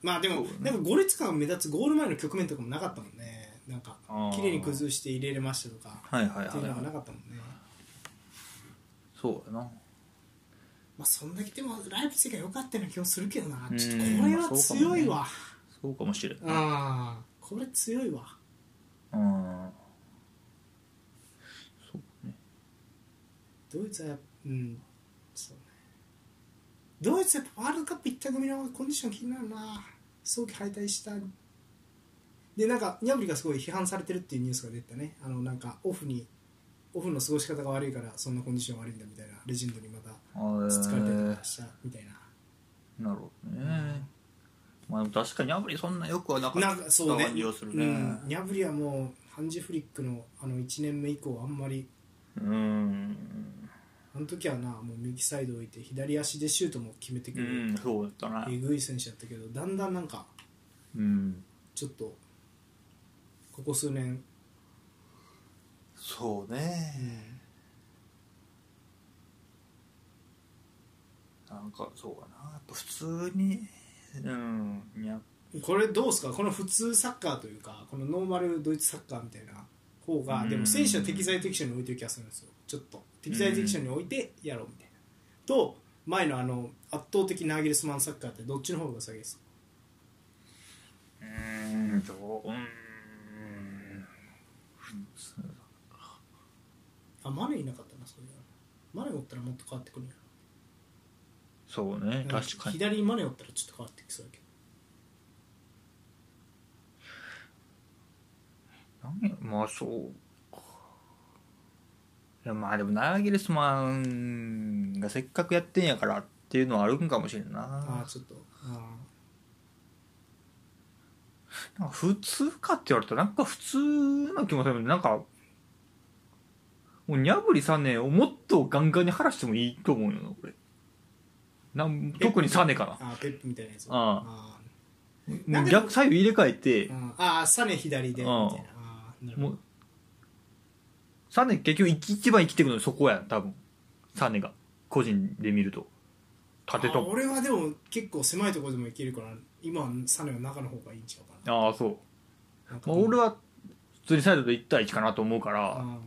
Speaker 2: まあでも、
Speaker 3: そうだね
Speaker 2: なんかゴレツカが目立つゴール前の局面とかもなかったもんねなんか
Speaker 3: あー
Speaker 2: 綺麗に崩して入れれましたとか
Speaker 3: はいはい
Speaker 2: って
Speaker 3: はいいう
Speaker 2: のがな
Speaker 3: は
Speaker 2: かったもんね
Speaker 3: いそうやな
Speaker 2: まあ、そんだけでもライプツィヒが良かったような気もするけどな
Speaker 3: うん
Speaker 2: ちょっとこれは強いわ、
Speaker 3: そうかもしれん
Speaker 2: ああこれ強いわ
Speaker 3: うんそうね
Speaker 2: ドイツはやっぱうんそうねドイツはやっぱワールドカップ行った組のコンディション気になるな早期敗退したでなんかニャブリがすごい批判されてるっていうニュースが出てたねあのなんかオフにオフの過ごし方が悪いからそんなコンディション悪いんだみたいなレジェンドにまた
Speaker 3: あー
Speaker 2: つつかれたりとかしたみたいな、
Speaker 3: なるほどねまあでも確かにあんまりそんなよくはなかっ
Speaker 2: な
Speaker 3: た
Speaker 2: んかそうね
Speaker 3: 感じがする
Speaker 2: う
Speaker 3: ね
Speaker 2: ん、ニャブリはもうハンジフリックのあの1年目以降あんまり
Speaker 3: うん
Speaker 2: あの時はなもう右サイド置いて左足でシュートも決めてく
Speaker 3: う
Speaker 2: る、
Speaker 3: んそうだったな
Speaker 2: えぐい選手だったけどだんだんなんか
Speaker 3: うん
Speaker 2: ちょっとここ数年、
Speaker 3: そうねなんかそうかなやっぱ普通にうんいや
Speaker 2: これどうですかこの普通サッカーというかこのノーマルドイツサッカーみたいな方が、
Speaker 3: うん
Speaker 2: でも選手は適材適所に置いてる気がするんですよちょっと適材適所に置いてやろうみたいな、と前のあの圧倒的ナーギルスマンサッカーってどっちの方が下げです
Speaker 3: うんどううん普通
Speaker 2: あマネーいなかったなそういうマネーおったらもっと変わってくるんや
Speaker 3: そうね
Speaker 2: な
Speaker 3: 確かに
Speaker 2: 左にマネーおったらちょっと変わってきそうだけど
Speaker 3: なんやまあそうかいやまあでもナーギルスマンがせっかくやってんやからっていうのはあるんかもしれん
Speaker 2: あ
Speaker 3: な
Speaker 2: あちょっとあ
Speaker 3: なんか普通かって言われたらなんか普通な気もするけどなんかもうニャブリサネをもっとガンガンに晴らしてもいいと思うよな俺なん特にサネかな
Speaker 2: ーあーペップみたいなやつ
Speaker 3: ああ
Speaker 2: あ
Speaker 3: もう逆左右入れ替えて
Speaker 2: ーうんあーサネ左でみたいな
Speaker 3: うん
Speaker 2: あーなるほ
Speaker 3: も
Speaker 2: ど
Speaker 3: うサネ結局一一番生きてくるのそこや多分サネが個人で見ると縦
Speaker 2: あー
Speaker 3: と
Speaker 2: 俺はでも結構狭いところでもいけるから今はサネは中の方がいいんちゃうかな
Speaker 3: ああそう、
Speaker 2: なんか
Speaker 3: まあ、俺は普通にサイドで1対1かなと思うから
Speaker 2: あー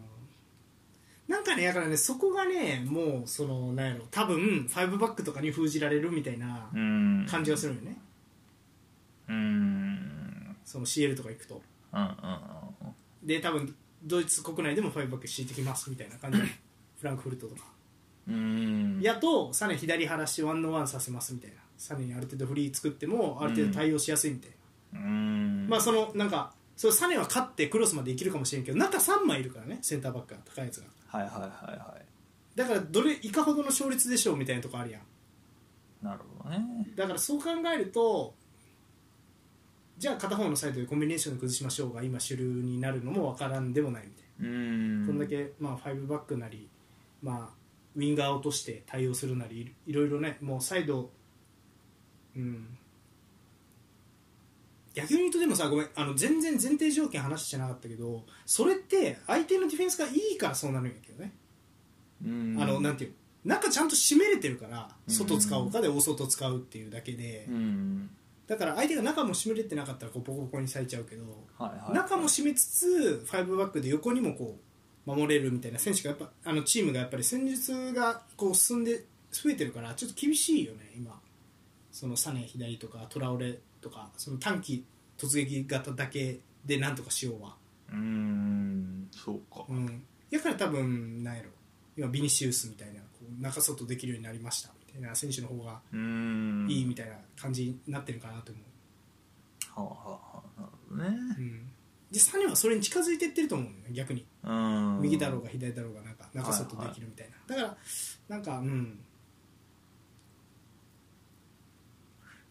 Speaker 2: なんかねだからねそこがねもうそのなんやろ多分ファイブバックとかに封じられるみたいな
Speaker 3: うん
Speaker 2: 感じがするよね
Speaker 3: うんうん
Speaker 2: その CL とか行くと
Speaker 3: うんうん
Speaker 2: で多分ドイツ国内でもファイブバック敷いてきますみたいな感じ フランクフルトとか
Speaker 3: うん
Speaker 2: やとサネ左離してワンのワンさせますみたいなサネにある程度フリー作ってもある程度対応しやすいみたいな、
Speaker 3: うん
Speaker 2: まあそのなんかそのサネは勝ってクロスまでいけるかもしれんけど中3枚いるからねセンターバックが高いやつが
Speaker 3: はいはいはいは
Speaker 2: だからどれいかほどの勝率でしょうみたいなとこあるやん
Speaker 3: いなるほどね
Speaker 2: だからそう考えるとじゃあ片方のサイドでコンビネーションで崩しましょうが今主流になるのもわからんでもないみたいな、
Speaker 3: うん
Speaker 2: こんだけまあ5バックなり、まあ、ウィンガーを落として対応するなりいろいろねもうサイドうん野球に言うとでもさごめんあの全然前提条件話してなかったけどそれって相手のディフェンスがいいからそうなるんやけどね、
Speaker 3: うん
Speaker 2: あのなんていうの中ちゃんと締めれてるから
Speaker 3: うん
Speaker 2: 外使おうかで大外使うっていうだけで、
Speaker 3: うん
Speaker 2: だから相手が中も締めれてなかったらこうボコボコにされちゃうけど、
Speaker 3: はいはい
Speaker 2: 中も締めつつ5バックで横にもこう守れるみたいな選手がやっぱあのチームがやっぱり戦術がこう進んで増えてるからちょっと厳しいよね今そのサネ左とかトラオレとかその短期突撃型だけでなんとかしようは
Speaker 3: うんそうか
Speaker 2: うんだから多分なんやろ今ビニシウスみたいなこう中外できるようになりましたみたいな選手の方が
Speaker 3: うん
Speaker 2: いいみたいな感じになってるかなと思う
Speaker 3: はあはあはあなるほどね
Speaker 2: うん、でサネはそれに近づいてってると思うのね逆に
Speaker 3: うん
Speaker 2: 右だろうが左だろうがなんか中外できるみたいな、だからなんかうん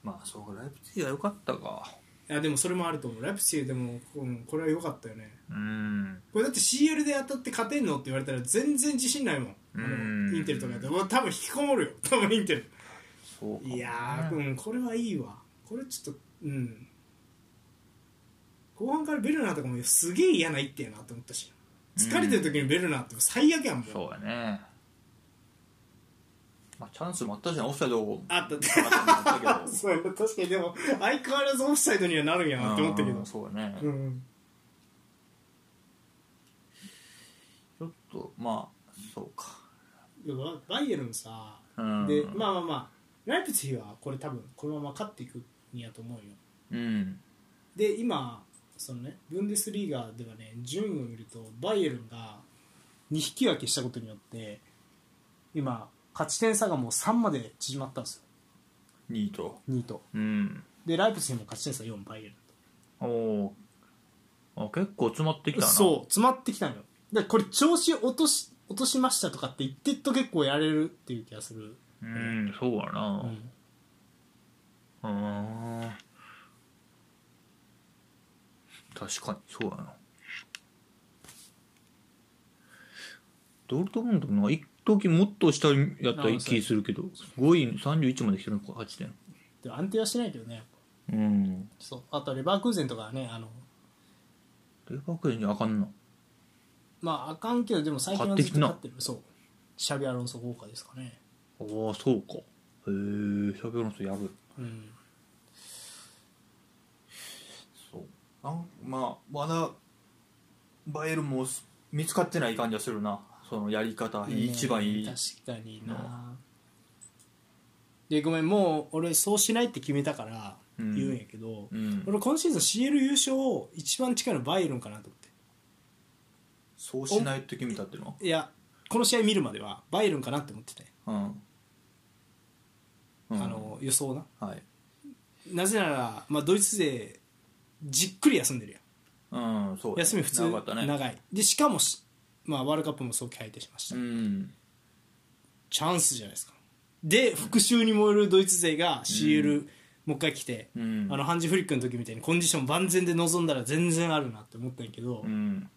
Speaker 3: まあそうかライプツィヒが良かったか
Speaker 2: いやでもそれもあると思うラプシーでも、うん、これは良かったよね
Speaker 3: うん
Speaker 2: これだって CL で当たって勝てんのって言われたら全然自信ないもんあ
Speaker 3: うん
Speaker 2: のインテルとかやったらうわ多分引きこもるよ多分インテル
Speaker 3: そうかもね
Speaker 2: いやー、うん、これはいいわこれちょっとうん後半からベルナーとかもすげえ嫌な一手やなと思ったし疲れてる時にベルナーって最悪やんもん
Speaker 3: そうやね、まあ、チャンスもあったじゃんオフサイドを
Speaker 2: あったって
Speaker 3: あったけど
Speaker 2: そうやな確かにでも相変わらずオフサイドにはなるんやなって思ったけ
Speaker 3: う
Speaker 2: ど
Speaker 3: んそうやね、
Speaker 2: うん
Speaker 3: ちょっとまあそうか
Speaker 2: でもバイエルンさ、
Speaker 3: うん
Speaker 2: でまあまあまあライプツィヒはこれ多分このまま勝っていくんやと思うよ
Speaker 3: うん
Speaker 2: で今そのねブンデスリーガではね順位を見るとバイエルンが2引き分けしたことによって今勝ち点差がもう3まで縮まったんですよ
Speaker 3: 2位と
Speaker 2: 2位と
Speaker 3: うん
Speaker 2: でライプツィヒも勝ち点差4バイエルン
Speaker 3: おおあ結構詰まってきた
Speaker 2: と
Speaker 3: な
Speaker 2: そう詰まってきたのよでこれ調子落とし落としましたとかって言ってっと結構やれるっていう気がする、
Speaker 3: うんそうや
Speaker 2: う、
Speaker 3: なんうん確かにそうやなドルトムントもなんか一時もっと下やった気するけど5位31まで来てるのか8点
Speaker 2: で安定はしてないけどねやっぱ
Speaker 3: うん
Speaker 2: そうあとレバークーゼンとかはねあの
Speaker 3: レバークーゼンにあかんな
Speaker 2: まああかんけどでも最近はずっと勝ってるそうシャビアロンソ豪華ですかね
Speaker 3: ああそうかへえシャベロンスやる
Speaker 2: うん
Speaker 3: そうなんまあまだバイエルンも見つかってない感じはするなそのやり方、一番いい
Speaker 2: 確かになでごめんもう俺そうしないって決めたから
Speaker 3: うん
Speaker 2: 言うんやけど、
Speaker 3: うん
Speaker 2: 俺今シーズン CL 優勝を一番近いのバイエルンかなと思っ
Speaker 3: そうしないと決めたっていうの
Speaker 2: ていやこの試合見るまではバイエルンかなって思ってて、
Speaker 3: はうん、うん、
Speaker 2: あの予想な
Speaker 3: はい
Speaker 2: なぜなら、まあ、ドイツ勢じっくり休んでるやん
Speaker 3: うんそう
Speaker 2: 休み普通
Speaker 3: 長かったね
Speaker 2: 長いでしかもし、まあ、ワールドカップも早期敗退しました、
Speaker 3: うん
Speaker 2: チャンスじゃないですかで復讐に燃えるドイツ勢が CL、もう一回来て、
Speaker 3: うん
Speaker 2: あのハンジ・フリックの時みたいにコンディション万全で臨んだら全然あるなって思ったんやけど、
Speaker 3: うん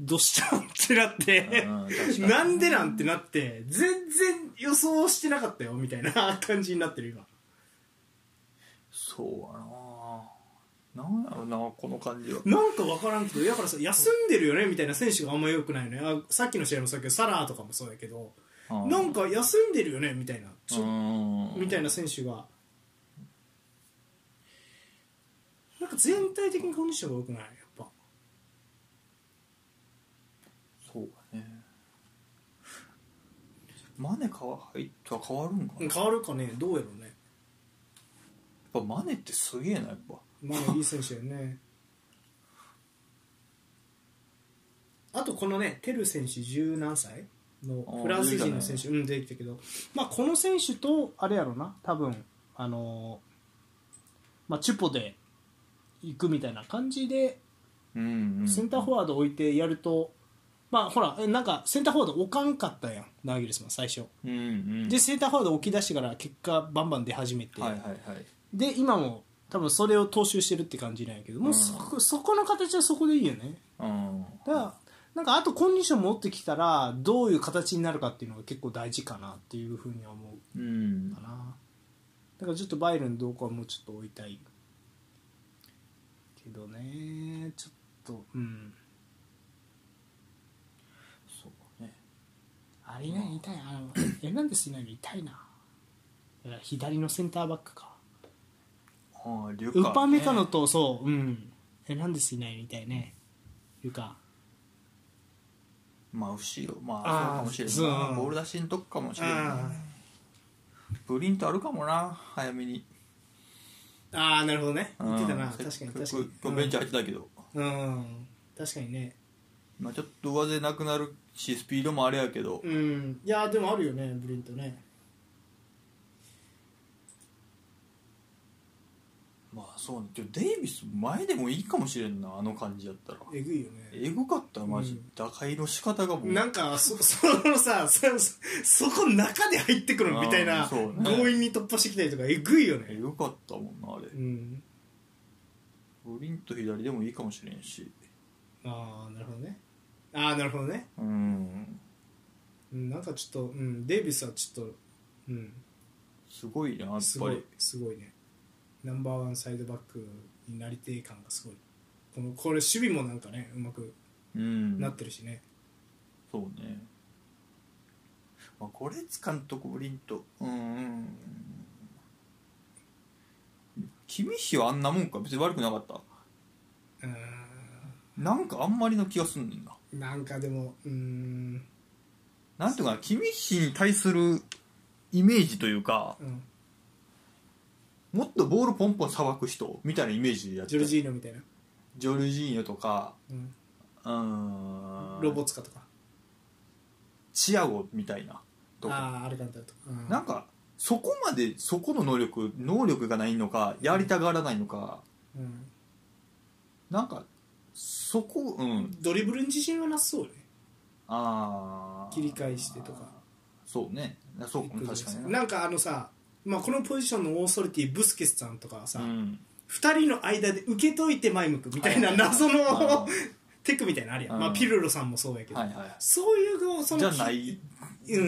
Speaker 2: どうしたんってなって
Speaker 3: うん確かに
Speaker 2: なんでなんてなって全然予想してなかったよみたいな 感じになってる今
Speaker 3: そうやななんやろなこの感じは
Speaker 2: なんか分からんけどだからさ休んでるよねみたいな選手があんまよくないねあさっきの試合もそうだけどサラーとかもそうだけどなん
Speaker 3: か
Speaker 2: か休んでるよねみたいなちょみたいな選手がなんか全体的にコンディションが良くないやっぱ
Speaker 3: そうかねマネかわ入ったら変わるんかなやっ
Speaker 2: 変わるかねどうやろうね
Speaker 3: ぱマネってすげえなやっぱ
Speaker 2: まあいい選手だよねあとこのねテル選手十何歳
Speaker 3: あ
Speaker 2: の
Speaker 3: ー
Speaker 2: フランス人の選手
Speaker 3: い
Speaker 2: うん出てきたけどまあこの選手とあれやろな多分あのーまあチュポで行くみたいな感じで
Speaker 3: うん、うん、
Speaker 2: センターフォワード置いてやると、まあほらえなんかセンターフォワード置かんかったやんナーギルスマン最初
Speaker 3: うんうん
Speaker 2: でセンターフォワード置き出してから結果バンバン出始めて、
Speaker 3: はいはいはい
Speaker 2: で今も多分それを踏襲してるって感じなんやけどもうそこ,、そこの形はそこでいいよね
Speaker 3: うん
Speaker 2: だからなんかあとコンディション持ってきたらどういう形になるかっていうのが結構大事かなっていうふうには思う
Speaker 3: うん
Speaker 2: かなだからちょっとバイエルンどうこうはもうちょっと置いたいけどねちょっとうん
Speaker 3: そうね
Speaker 2: あれいない痛いあのエルナンデスいないの痛いなだから左のセンターバックか
Speaker 3: ああリュカ
Speaker 2: ウパメカノとそううんエルナンデスいないの痛いねいうか
Speaker 3: まあ後ろま
Speaker 2: あー
Speaker 3: あそうかもしれんない
Speaker 2: そう
Speaker 3: ボール出しんとくかもしれん
Speaker 2: う
Speaker 3: なんブリントあるかもな早めに
Speaker 2: ああなるほどね言ってたな
Speaker 3: うん
Speaker 2: 確かに
Speaker 3: せっ
Speaker 2: 確かに
Speaker 3: 今日ベンチ入ってたけど、
Speaker 2: うん確かにね
Speaker 3: まあ、ちょっと上背なくなるしスピードもあれやけど、
Speaker 2: うんいやーでもあるよねブリントね
Speaker 3: まあそうねちょデイビス前でもいいかもしれんなあの感じやったら
Speaker 2: えぐいよね
Speaker 3: えぐかったマジ、
Speaker 2: うん
Speaker 3: 打開の仕方がもう
Speaker 2: なんかそそのさそそこの中で入ってくるみたい
Speaker 3: あ
Speaker 2: な
Speaker 3: ーそうね
Speaker 2: 強引に突破してきたりとかえぐいよ
Speaker 3: え
Speaker 2: ね
Speaker 3: ぐかったもんなあれ
Speaker 2: うん
Speaker 3: ブリント左でもいいかもしれんし
Speaker 2: ああなるほどねああなるほどね
Speaker 3: うん
Speaker 2: うんなんかちょっと、うん、デイビスはちょっと、うん、
Speaker 3: すごいなやっ
Speaker 2: す
Speaker 3: ぱ
Speaker 2: ご
Speaker 3: り
Speaker 2: いすごいねナンバーワンサイドバックになりてえ感がすごいこのこれ守備もなんかねうまく
Speaker 3: うん
Speaker 2: なってるしね、
Speaker 3: そうね、まあ、ゴレツ監督ブリントうーん君氏はあんなもんか別に悪くなかった
Speaker 2: うーん、
Speaker 3: なんかあんまりの気がすんねんな
Speaker 2: なんかでもうーん
Speaker 3: なんていうかなキミッヒに対するイメージというか
Speaker 2: うん、
Speaker 3: もっとボールポンポンさばく人みたいなイメージでやって
Speaker 2: ジ
Speaker 3: た
Speaker 2: ョルジーノみたいな、
Speaker 3: ジョルジーニョとか
Speaker 2: うん、
Speaker 3: うーん
Speaker 2: ロボツカとか
Speaker 3: チアゴみたいなとか
Speaker 2: ああーアルカンタラとか、うん
Speaker 3: なんかそこまでそこの能力能力がないのかやりたがらないのか
Speaker 2: うん、
Speaker 3: なんかそこうん
Speaker 2: ドリブルに自信はなさそうね
Speaker 3: ああ
Speaker 2: 切り返してとか
Speaker 3: そうねそうかも確かにな
Speaker 2: なんかあのさ、まあ、このポジションのオーソリティブスケスさんとかはさ、
Speaker 3: うん
Speaker 2: 二人の間で受けといて前向くみたいな
Speaker 3: はい
Speaker 2: 謎の
Speaker 3: あ
Speaker 2: テクみたいなのあるやん、
Speaker 3: うん
Speaker 2: まあ、ピルロさんもそうやけど、
Speaker 3: はいはい
Speaker 2: そういうその
Speaker 3: じゃない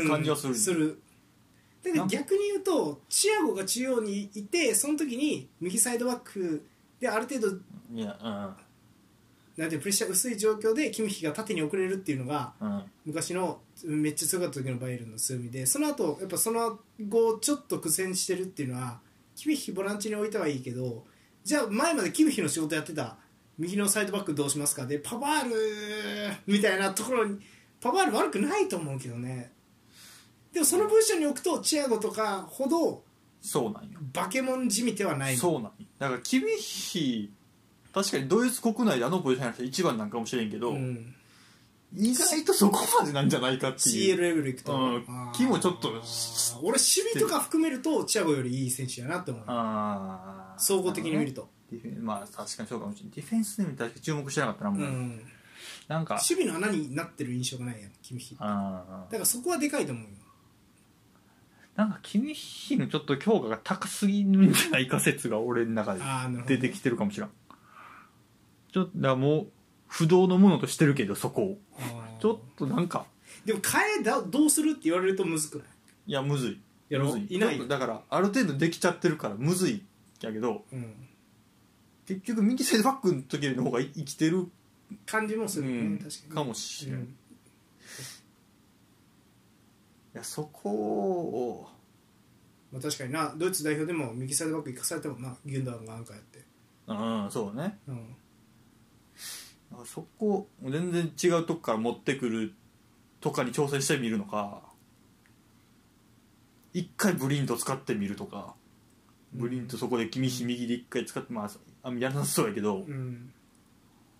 Speaker 3: 感じはする、
Speaker 2: うん、するだけど逆に言うとチアゴが中央にいてその時に右サイドバックである程度
Speaker 3: いや
Speaker 2: なんていうのプレッシャー薄い状況でキムヒが縦に遅れるっていうのが
Speaker 3: うんうん
Speaker 2: 昔のうんめっちゃ強かった時のバイエルンの強みでその後やっぱその後ちょっと苦戦してるっていうのはキムヒボランチに置いたはいいけどじゃあ前までキムヒの仕事やってた右のサイドバックどうしますかでパバールみたいなところにパバール悪くないと思うけどねでもそのポジションに置くとチアゴとかほど
Speaker 3: そうなんよ
Speaker 2: バケモンじみてはない
Speaker 3: そうなんよだからキミッヒ確かにドイツ国内であのポジションやって一番なんかもしれんけど、
Speaker 2: うん、
Speaker 3: 意外とそこまでなんじゃないかっていう
Speaker 2: CL レベルいくと、
Speaker 3: うん
Speaker 2: あー
Speaker 3: キもちょっと
Speaker 2: あー俺守備とか含めるとチアゴよりいい選手やなって思う
Speaker 3: あー
Speaker 2: 総合的に見ると、
Speaker 3: ディフェンまあ確かにそうかもしれないディフェンスでも確かに注目してなかったな
Speaker 2: う
Speaker 3: もう、
Speaker 2: ん、
Speaker 3: なんか
Speaker 2: 守備の穴になってる印象がないやんキミヒだか
Speaker 3: あー
Speaker 2: らそこはでかいと思うよ
Speaker 3: なんか君ヒのちょっと評価が高すぎるんじゃないか説が俺の中で
Speaker 2: ああなるほど
Speaker 3: 出てきてるかもしれんちょっとだからもう不動のものとしてるけどそこを
Speaker 2: あー
Speaker 3: ちょっとなんか
Speaker 2: でも変えだどうするって言われるとむずくない
Speaker 3: いやむずい
Speaker 2: やろ
Speaker 3: むず
Speaker 2: いない
Speaker 3: ちょっとだからある程度できちゃってるからむずいやけど
Speaker 2: うん、
Speaker 3: 結局右サイドバックの時よりの方が生きてる
Speaker 2: 感じもするよね、
Speaker 3: うん
Speaker 2: 確かに
Speaker 3: かもしれん
Speaker 2: う
Speaker 3: いやそこを
Speaker 2: まあ、確かになドイツ代表でも右サイドバック行かされたもんなギュンダーンがアンカーやって、
Speaker 3: うんそうね
Speaker 2: うん、
Speaker 3: だからそこを全然違うとこから持ってくるとかに挑戦してみるのか一回ブリント使ってみるとかブリントそこで君ひ右で一回使ってまああやらなさそうやけ
Speaker 2: う
Speaker 3: ど
Speaker 2: ん、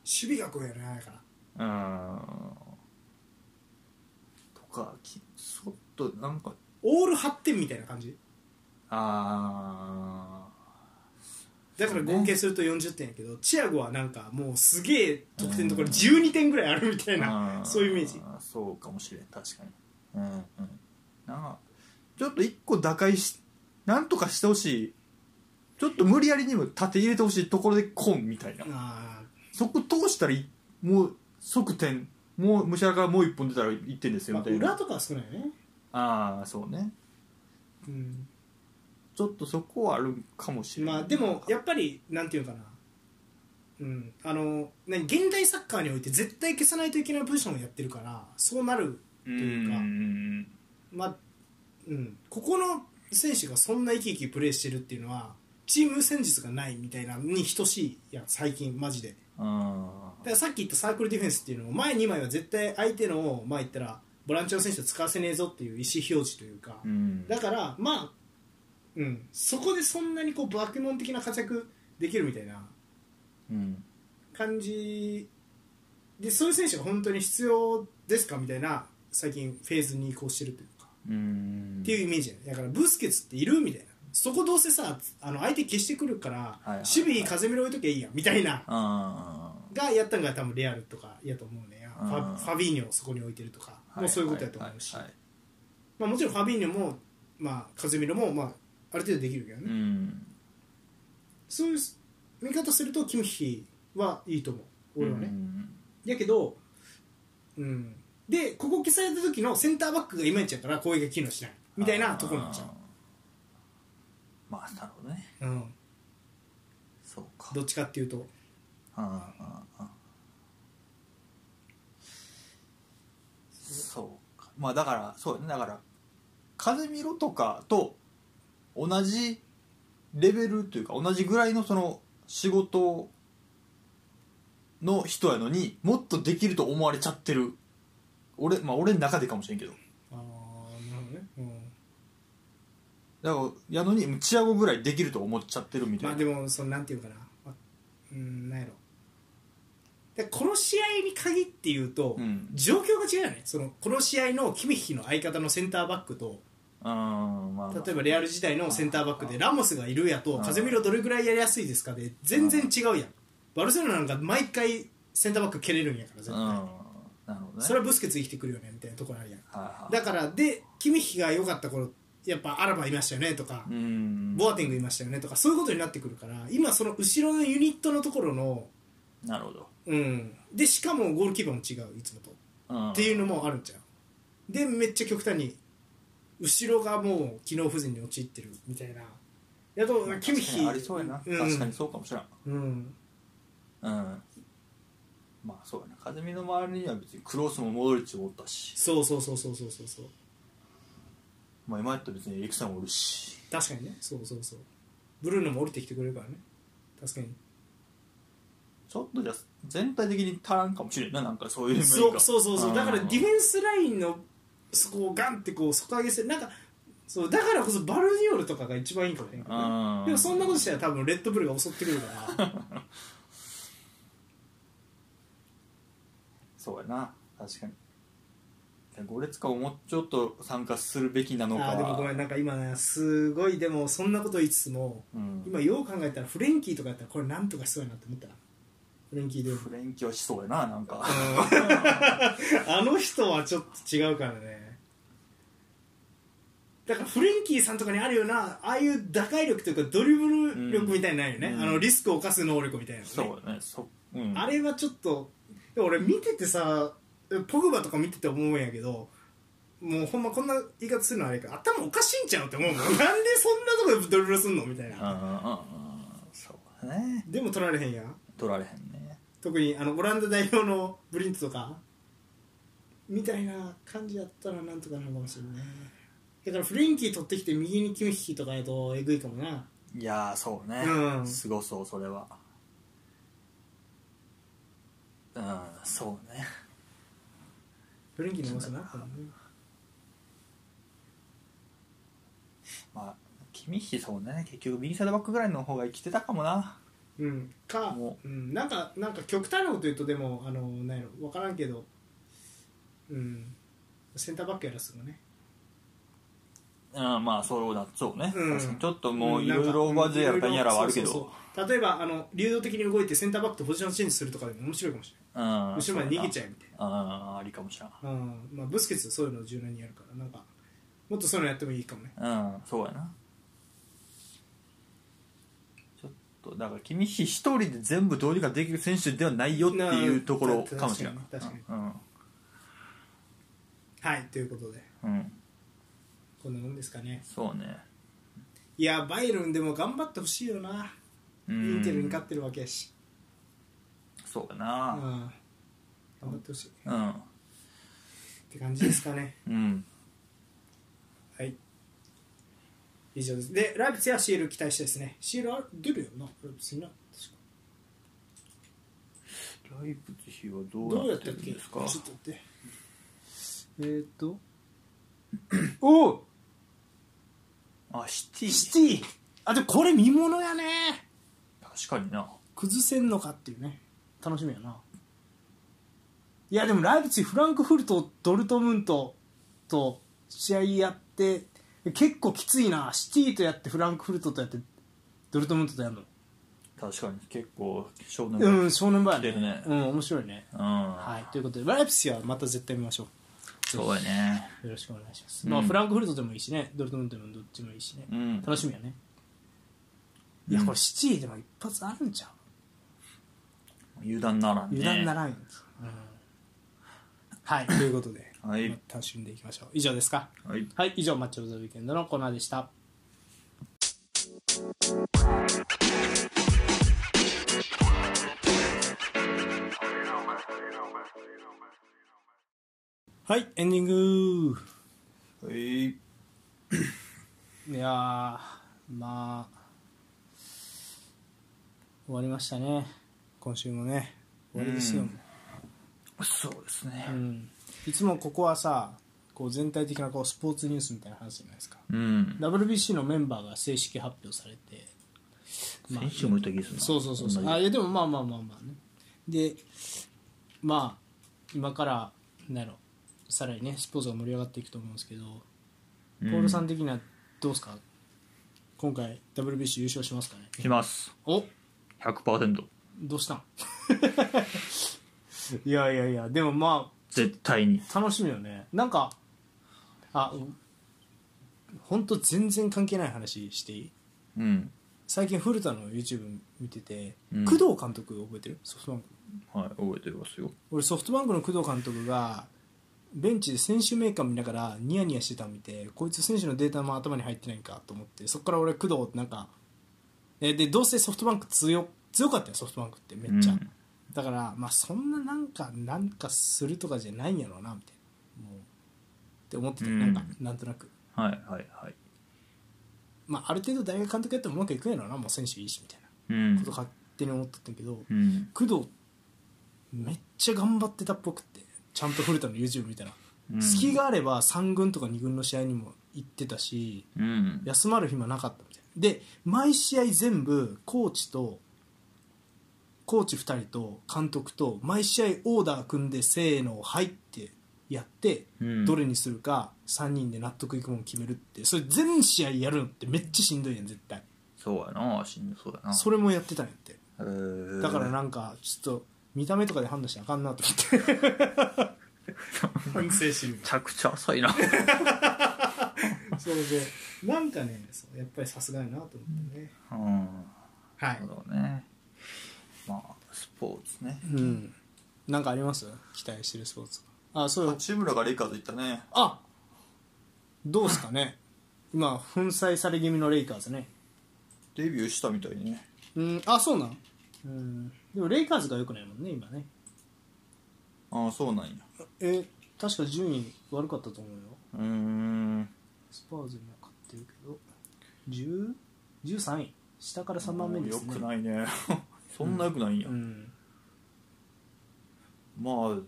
Speaker 2: 守備がこうやなだから
Speaker 3: うんとかきそっとなんか
Speaker 2: オール8点みたいな感じ
Speaker 3: あ
Speaker 2: だから合計すると40点やけど、チアゴはなんかもうすげえ得点のところ12点ぐらいあるみたいな、
Speaker 3: あ
Speaker 2: そういうイメージ
Speaker 3: そうかもしれん確かにうんうんなんかちょっと一個打開しなんとかしてほしいちょっと無理やりにも縦入れてほしいところでコンみたいな
Speaker 2: あ
Speaker 3: そこ通したらいもう即点もうむしゃらからもう一本出たら1点です
Speaker 2: ー、
Speaker 3: よ
Speaker 2: まあ、
Speaker 3: みたいな、
Speaker 2: 裏とかは少ないよね、
Speaker 3: ああーそうね
Speaker 2: うん、
Speaker 3: ちょっとそこはあるかもしれない
Speaker 2: まあでもやっぱりなんていうかなうんあの何現代サッカーにおいて絶対消さないといけないポジションをやってるからそうなる
Speaker 3: と
Speaker 2: いうかまあうんここの選手がそんな生き生きプレーしてるっていうのはチーム戦術がないみたいなのに等しいやん最近マジで
Speaker 3: あ
Speaker 2: だからさっき言ったサークルディフェンスっていうのも前2枚は絶対相手のまあ言ったらボランチの選手を使わせねえぞっていう意思表示というか、
Speaker 3: ーうん
Speaker 2: だからまあ、うん、そこでそんなにこう爆問的な活躍できるみたいな
Speaker 3: うん
Speaker 2: 感じでそういう選手が本当に必要ですかみたいな最近フェーズに移行してるというか
Speaker 3: うん
Speaker 2: っていうイメージやねだからブスケツっているみたいなそこどうせさあの相手消してくるから、
Speaker 3: いはいはい
Speaker 2: 守備風見ろ置いときゃいいやみたいな
Speaker 3: ああ
Speaker 2: がやったんが多分レアルとかやと思うねフ
Speaker 3: うん
Speaker 2: ァファビーニョをそこに置いてるとか、もうそういうことやと思うし、
Speaker 3: はいはいはい
Speaker 2: まあ、もちろんファビーニョも、まあ、カゼミロも、まあ、ある程度できるけどね、
Speaker 3: うん
Speaker 2: そういう見方するとキムヒはいいと思う俺はね、
Speaker 3: うん
Speaker 2: やけど、うん、でここ消された時のセンターバックがいまいちやから攻撃が機能しないみたいなところになっちゃ
Speaker 3: あーまあなるほどね
Speaker 2: う、うん、
Speaker 3: そうか
Speaker 2: どっちかっていうと
Speaker 3: あーあーあーそうかまあだからそうやねだから風見ろとかと同じレベルというか同じぐらいのその仕事の人やのにもっとできると思われちゃってる俺まあ俺の中でかもしれんけど
Speaker 2: あ
Speaker 3: だからやのにもうチアゴぐらいできると思っちゃってるみた
Speaker 2: まあ
Speaker 3: い
Speaker 2: で
Speaker 3: な
Speaker 2: もそのなんていうかなまあうんなんやろでこの試合に限って言うと、
Speaker 3: うん
Speaker 2: 状況が違うよねそのこの試合のキミッヒの相方のセンターバックと
Speaker 3: うんまあまあ
Speaker 2: 例えばレアル時代のセンターバックでラモスがいるやと
Speaker 3: うん
Speaker 2: 風見ろどれぐらいやりやすいですかで全然違うやんバルセロナなんか毎回センターバック蹴れるんやから絶
Speaker 3: うん
Speaker 2: 対、
Speaker 3: なるほどね
Speaker 2: それはブスケツ生きてくるよねみたいなところあるやん
Speaker 3: はいはい
Speaker 2: だからでキミッヒが良かった頃やっぱアラバいましたよねとか、
Speaker 3: うん
Speaker 2: ボアティングいましたよねとかそういうことになってくるから今その後ろのユニットのところの
Speaker 3: なるほど、
Speaker 2: うんでしかもゴールキーパーも違ういつもと
Speaker 3: うん、
Speaker 2: っていうのもあるんちゃうでめっちゃ極端に後ろがもう機能不全に陥ってるみたいなやとキム
Speaker 3: 確か
Speaker 2: ヒ
Speaker 3: にありそうやな、
Speaker 2: うん、
Speaker 3: 確かにそうかもしれん
Speaker 2: うん
Speaker 3: うんまあそうやな風見の周りには別にクロスもモドリッチもおったし、
Speaker 2: そうそうそうそうそうそうそう
Speaker 3: まあ、今やったら別にエリクサンもおるし
Speaker 2: 確かにねそうそうそうブルーノも降りてきてくれるからね確かに
Speaker 3: ちょっとじゃ全体的に足らんかもしれんななんかそういう面が
Speaker 2: そうそうそうそうだからディフ
Speaker 3: ン
Speaker 2: ェンスラインのそこをガンってこう底上げするなんかそうだからこそバルディオルとかが一番いいかもね
Speaker 3: うん
Speaker 2: でもそんなことしたら多分レッドブルが襲ってくるから
Speaker 3: そうやな確かにゴレツカをもうちょっと参加するべきな のか
Speaker 2: あーでもごめんなんか今ねすごいでもそんなこと言いつつも
Speaker 3: うん、
Speaker 2: 今よう考えたらフレンキーとかやったらこれなんとかしそうやなって思ったなフレンキーでも
Speaker 3: フレンキはしそうやななんか
Speaker 2: あの人はちょっと違うからねだからフレンキーさんとかにあるようなああいう打開力というかドリブル力みたいなのないよね、
Speaker 3: うん
Speaker 2: あのリスクを犯す能力みたいなのね
Speaker 3: そうやねそ、うん、
Speaker 2: あれはちょっとでも俺見ててさポグバとか見てて思うんやけどもうほんまこんな言い方するのあれやけど頭おかしいんちゃうって思うもんなんでそんなとこでドリブルすんのみたい
Speaker 3: うんう
Speaker 2: なん
Speaker 3: うんそうやね
Speaker 2: でも取られへんやん
Speaker 3: 取られへんね
Speaker 2: 特にあのオランダ代表のブリンツとかみたいな感じやったらなんとかなるかもしれないだからフレンキー取ってきて右にキムヒキとかやとえぐいかもない
Speaker 3: やーそうね、
Speaker 2: うん
Speaker 3: すごそうそれはうんそうね
Speaker 2: フレンキーの方がそうな
Speaker 3: まあ君ひそうね結局右サイドバックぐらいの方が生きてたかもな
Speaker 2: うんか
Speaker 3: も、
Speaker 2: うん、なんかなんか極端なこと言うとでもあのなんやろ分からんけどうんセンターバックやらすのね
Speaker 3: うんまあそうだそうね、
Speaker 2: うん
Speaker 3: 確かにちょっともういろいろオーバーゼやらかんやらはあるけど
Speaker 2: そうそうそう例えばあの流動的に動いてセンターバックとポジションチェンジするとかでも面白いかもしれ
Speaker 3: うん
Speaker 2: ない後ろまで逃げち
Speaker 3: ゃ
Speaker 2: ゃえみたいな
Speaker 3: ううんありかもしれん
Speaker 2: うんまあ、ブスケツはそういうのを柔軟にやるからなんかもっとそういうのやってもいいかもね
Speaker 3: うんそうやなちょっとだから君ひ一人で全部どうにかできる選手ではないよっていうところかもしれない
Speaker 2: な確かに確
Speaker 3: うん
Speaker 2: はいということで
Speaker 3: うん、うん、
Speaker 2: こんなもんですかね
Speaker 3: そうね
Speaker 2: いやバイエルンでも頑張ってほしいよな
Speaker 3: イ
Speaker 2: インテルに勝ってるわけやし、
Speaker 3: そうや
Speaker 2: うん、
Speaker 3: な
Speaker 2: 頑張ってほしいっ
Speaker 3: うん
Speaker 2: て感じですかね
Speaker 3: うん
Speaker 2: はい以上ですでライプツィはシール期待したいですねシールある出るよなライプツィな確か
Speaker 3: ライプツヒはど
Speaker 2: ど
Speaker 3: う
Speaker 2: う
Speaker 3: な
Speaker 2: や
Speaker 3: っ
Speaker 2: ってたっ
Speaker 3: るん
Speaker 2: け
Speaker 3: ですか
Speaker 2: ちょっと待ってえーっと おお
Speaker 3: あシティ
Speaker 2: シティあでもこれ見ものやね
Speaker 3: 確かにな
Speaker 2: 崩せんのかっていうね楽しみやないやでもライブチフランクフルトドルトムントと試合やって結構きついなシティとやってフランクフルトとやってドルトムントとやるの
Speaker 3: 確かに結構少年
Speaker 2: うん正念場や
Speaker 3: 来てるね
Speaker 2: うん面白いね
Speaker 3: うん、
Speaker 2: はいということでライブチはまた絶対見ましょ
Speaker 3: そうやね
Speaker 2: うよろしくお願いします、
Speaker 3: うん
Speaker 2: まあフランクフルトでもいいしねドルトムントでもどっちもいいしね、
Speaker 3: うん
Speaker 2: 楽しみやねいや
Speaker 3: うん
Speaker 2: これシティでも一発あるんちゃう
Speaker 3: 油断ならんね
Speaker 2: 油断ならんよ、うんはいということで、
Speaker 3: はい
Speaker 2: まあ楽しんでいきましょう以上ですか
Speaker 3: はい
Speaker 2: はい以上マッチョ・オブ・ザ・ウィーケンドのコーナーでしたはいエンディング
Speaker 3: はい
Speaker 2: いやーまあ終わりましたね今週もね終わりですよ、
Speaker 3: うんそうですね
Speaker 2: うんいつもここはさこう全体的なこうスポーツニュースみたいな話じゃないですか
Speaker 3: うん
Speaker 2: WBC のメンバーが正式発表されて、まあ
Speaker 3: 先、週も言った気がするな
Speaker 2: そうそうそうそう
Speaker 3: 同じ
Speaker 2: あいやでもまあまあまあまあねでまあ今からなんやろさらにねスポーツが盛り上がっていくと思うんですけどポールさん的にはどうですか、今回 WBC 優勝しますかね
Speaker 3: します
Speaker 2: お
Speaker 3: 100%
Speaker 2: どうしたん いやいやいやでもま
Speaker 3: 絶対に
Speaker 2: あ楽しみよねなんかあ本当全然関係ない話していい
Speaker 3: うん
Speaker 2: 最近古田の YouTube 見てて、
Speaker 3: うん
Speaker 2: 工藤監督覚えてるソフトバンク
Speaker 3: はい覚えてますよ
Speaker 2: 俺ソフトバンクの工藤監督がベンチで選手メーカー見ながらニヤニヤしてたの見てこいつ選手のデータも頭に入ってないんかと思ってそこから俺工藤ってなんかえでどうせソフトバンク強強かったよソフトバンクってめっちゃ、
Speaker 3: うん
Speaker 2: だからまあそんななんかなんかするとかじゃないんやろうなみたいなもうって思ってた、
Speaker 3: うん
Speaker 2: なんかなんとなく
Speaker 3: はいはいはい
Speaker 2: まあある程度大学監督やってもうまくいくんやろうなもう選手いいしみたいな
Speaker 3: うん
Speaker 2: こと勝手に思っとったんやけど、
Speaker 3: うん
Speaker 2: 工藤めっちゃ頑張ってたっぽくってちゃんと古田の YouTube 見たら、
Speaker 3: うん
Speaker 2: 隙があれば3軍とか2軍の試合にも行ってたし
Speaker 3: うん
Speaker 2: 休まる暇なかったみたいなで毎試合全部コーチとコーチ2人と監督と毎試合オーダー組んでせーのはいってやって、
Speaker 3: うん
Speaker 2: どれにするか3人で納得いくもん決めるってそれ全試合やるのってめっちゃしんどいやん絶対
Speaker 3: そうやなしんどそうやな
Speaker 2: それもやってたんやって
Speaker 3: えー
Speaker 2: だからなんかちょっと見た目とかで判断しなあかんなと思って 反省してる
Speaker 3: めちゃくちゃ浅 いな
Speaker 2: それでなんかねそうやっぱりさすがやなと思ってね
Speaker 3: うん
Speaker 2: は
Speaker 3: なるほどねまあスポーツね
Speaker 2: うんなんかあります期待してるスポーツあそう
Speaker 3: 八村がレイカーズ行ったね
Speaker 2: あどうすかね今粉砕され気味のレイカーズね
Speaker 3: デビューしたみたいにね
Speaker 2: うんあそうなんうんでもレイカーズが良くないもんね今ね
Speaker 3: ああそうなんや
Speaker 2: え確か順位悪かったと思うよ
Speaker 3: うーん
Speaker 2: スパーズには勝ってるけど10 13位下から3番目ですね
Speaker 3: よくないね そんなよくないんや、
Speaker 2: うん
Speaker 3: まあ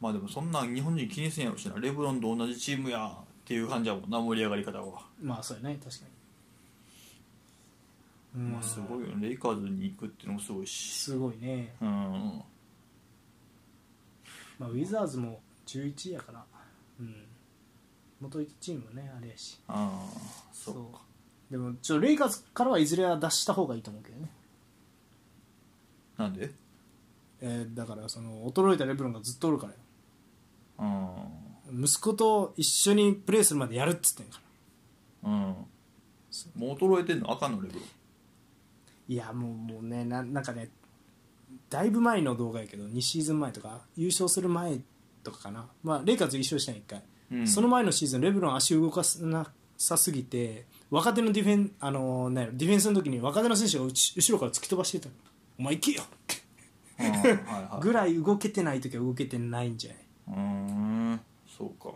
Speaker 3: まあでもそんな日本人気にせんやろしなレブロンと同じチームやっていう感じやもんな盛り上がり方は、
Speaker 2: まあそうやね確かに
Speaker 3: まあすごいよねレイカーズに行くっていうのもすごいし
Speaker 2: すごいね、
Speaker 3: うん
Speaker 2: まあ、ウィザーズも11位やからうん元々チームもねあれやし
Speaker 3: ああそうか
Speaker 2: でもちょレイカーズからはいずれは脱した方がいいと思うけどね、
Speaker 3: なんで
Speaker 2: えーだからその衰えたレブロンがずっとおるからよ
Speaker 3: うん
Speaker 2: 息子と一緒にプレーするまでやるっつってんから
Speaker 3: うんもう衰えてんのあかんのレブロン
Speaker 2: いやもうもうねななんかねだいぶ前の動画やけど2シーズン前とか優勝する前とかかな、まあ、レイカーズ優勝したん1回、
Speaker 3: うん
Speaker 2: その前のシーズンレブロン足動かさなさすぎて若手のディフェンあのなんやろディフェンスの時に若手の選手がうち後ろから突き飛ばしてた「お前行けよ!
Speaker 3: うんはいは」い
Speaker 2: ぐらい動けてない時は動けてないんじゃないう
Speaker 3: ーんそうか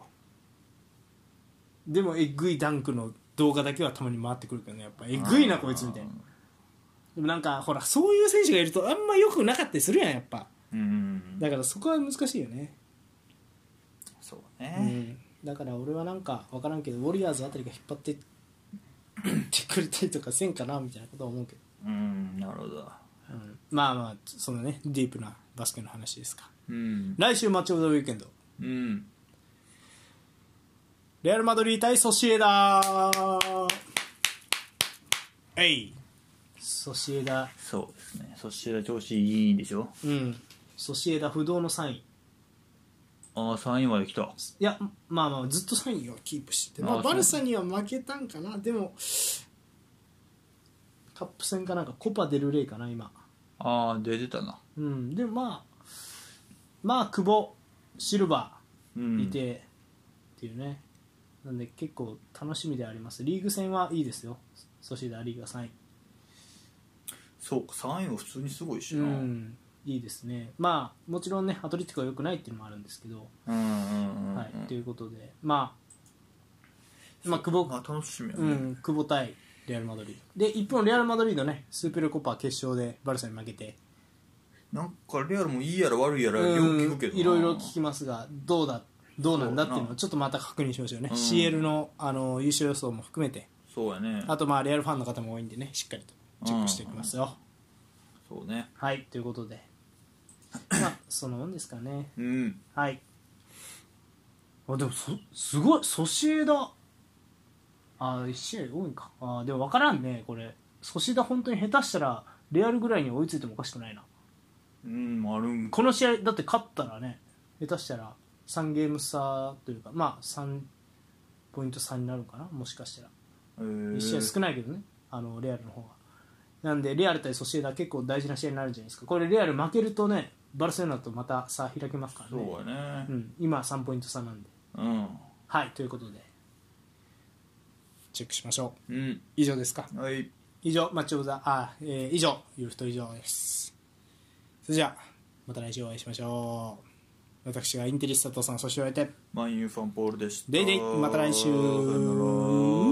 Speaker 2: でもえぐいダンクの動画だけはたまに回ってくるけどねやっぱえぐいなこいつみたいなでもなんかほらそういう選手がいるとあんま良くなかったりするやんやっぱ
Speaker 3: うん
Speaker 2: だからそこは難しいよね
Speaker 3: そう
Speaker 2: う
Speaker 3: ね
Speaker 2: ん、だから俺はなんか分からんけどウォリアーズあたりが引っ張ってってくれたりとかせんかなみたいなことは思うけど、
Speaker 3: うんなるほど
Speaker 2: うんまあまあそのねディープなバスケの話ですか
Speaker 3: うん
Speaker 2: 来週マッチオブザウィーケンド
Speaker 3: うん
Speaker 2: レアル・マドリー対ソシエダえいソシエダ
Speaker 3: そうですねそして調子いいんでしょ
Speaker 2: うんソシエダ不動の3位い
Speaker 3: ああ3位まで来た
Speaker 2: やまあまあずっと3位はキープしてて、ま
Speaker 3: あ
Speaker 2: あ、
Speaker 3: ーそう
Speaker 2: バルサには負けたんかなでもカップ戦かなんかコパデルレイかな今
Speaker 3: ああ出てたな
Speaker 2: うん、でもまあ、まあ、久保、シルバ
Speaker 3: う
Speaker 2: ー
Speaker 3: ん
Speaker 2: いてっていうね、なんで結構楽しみであります、リーグ戦はいいですよ、ソシエダリーグが3位、
Speaker 3: そうか3位も普通にすごいし
Speaker 2: う
Speaker 3: な、
Speaker 2: ん、いいですね、まあ、もちろんね、アトリティコは良くないっていうのもあるんですけど、
Speaker 3: うんうんうんうん
Speaker 2: はい、ということで、まあ、まあ、久保、
Speaker 3: あ楽しみやね、
Speaker 2: うん、久保対レアル・マドリード、で、一方、レアル・マドリードね、スーペルコパ決勝でバルサに負けて、
Speaker 3: なんかレアルもいいやら悪いやらよく
Speaker 2: うん
Speaker 3: 聞くけどない
Speaker 2: ろいろ聞きますがどうだどうなんだっていうの
Speaker 3: そう
Speaker 2: を
Speaker 3: な
Speaker 2: ちょっとまた確認しましょうね、
Speaker 3: うん
Speaker 2: CL のあの優勝予想も含めて
Speaker 3: そうやね
Speaker 2: あとまあレアルファンの方も多いんでねしっかりとチェックしていきますよ、
Speaker 3: そうね
Speaker 2: はいということでまあそのもんですかね
Speaker 3: うん
Speaker 2: はいあでもそすごいソシエダあ1試合多いかあでも分からんねこれソシエダ本当に下手したらレアルぐらいに追いついてもおかしくないな
Speaker 3: うんあるん
Speaker 2: この試合だって勝ったらね下手したら3ゲーム差というかまあ3ポイント差になるかなもしかしたら
Speaker 3: えー
Speaker 2: 1試合少ないけどねあのレアルの方がなんでレアル対ソシエダ結構大事な試合になるんじゃないですかこれレアル負けるとねバルセロナとまた差開けますからね
Speaker 3: そうや
Speaker 2: う
Speaker 3: ね
Speaker 2: ん、今3ポイント差なんで
Speaker 3: うん
Speaker 2: はいということでチェックしましょう
Speaker 3: うん
Speaker 2: 以上ですか
Speaker 3: はい
Speaker 2: 以上マッチオブザあ、えー以上ユーフト以上ですそれじゃあまた来週お会いしましょう私がインテリスタトさんそしてお相手
Speaker 3: マンユーファンポールでした
Speaker 2: デイデイまた来週
Speaker 3: さよなら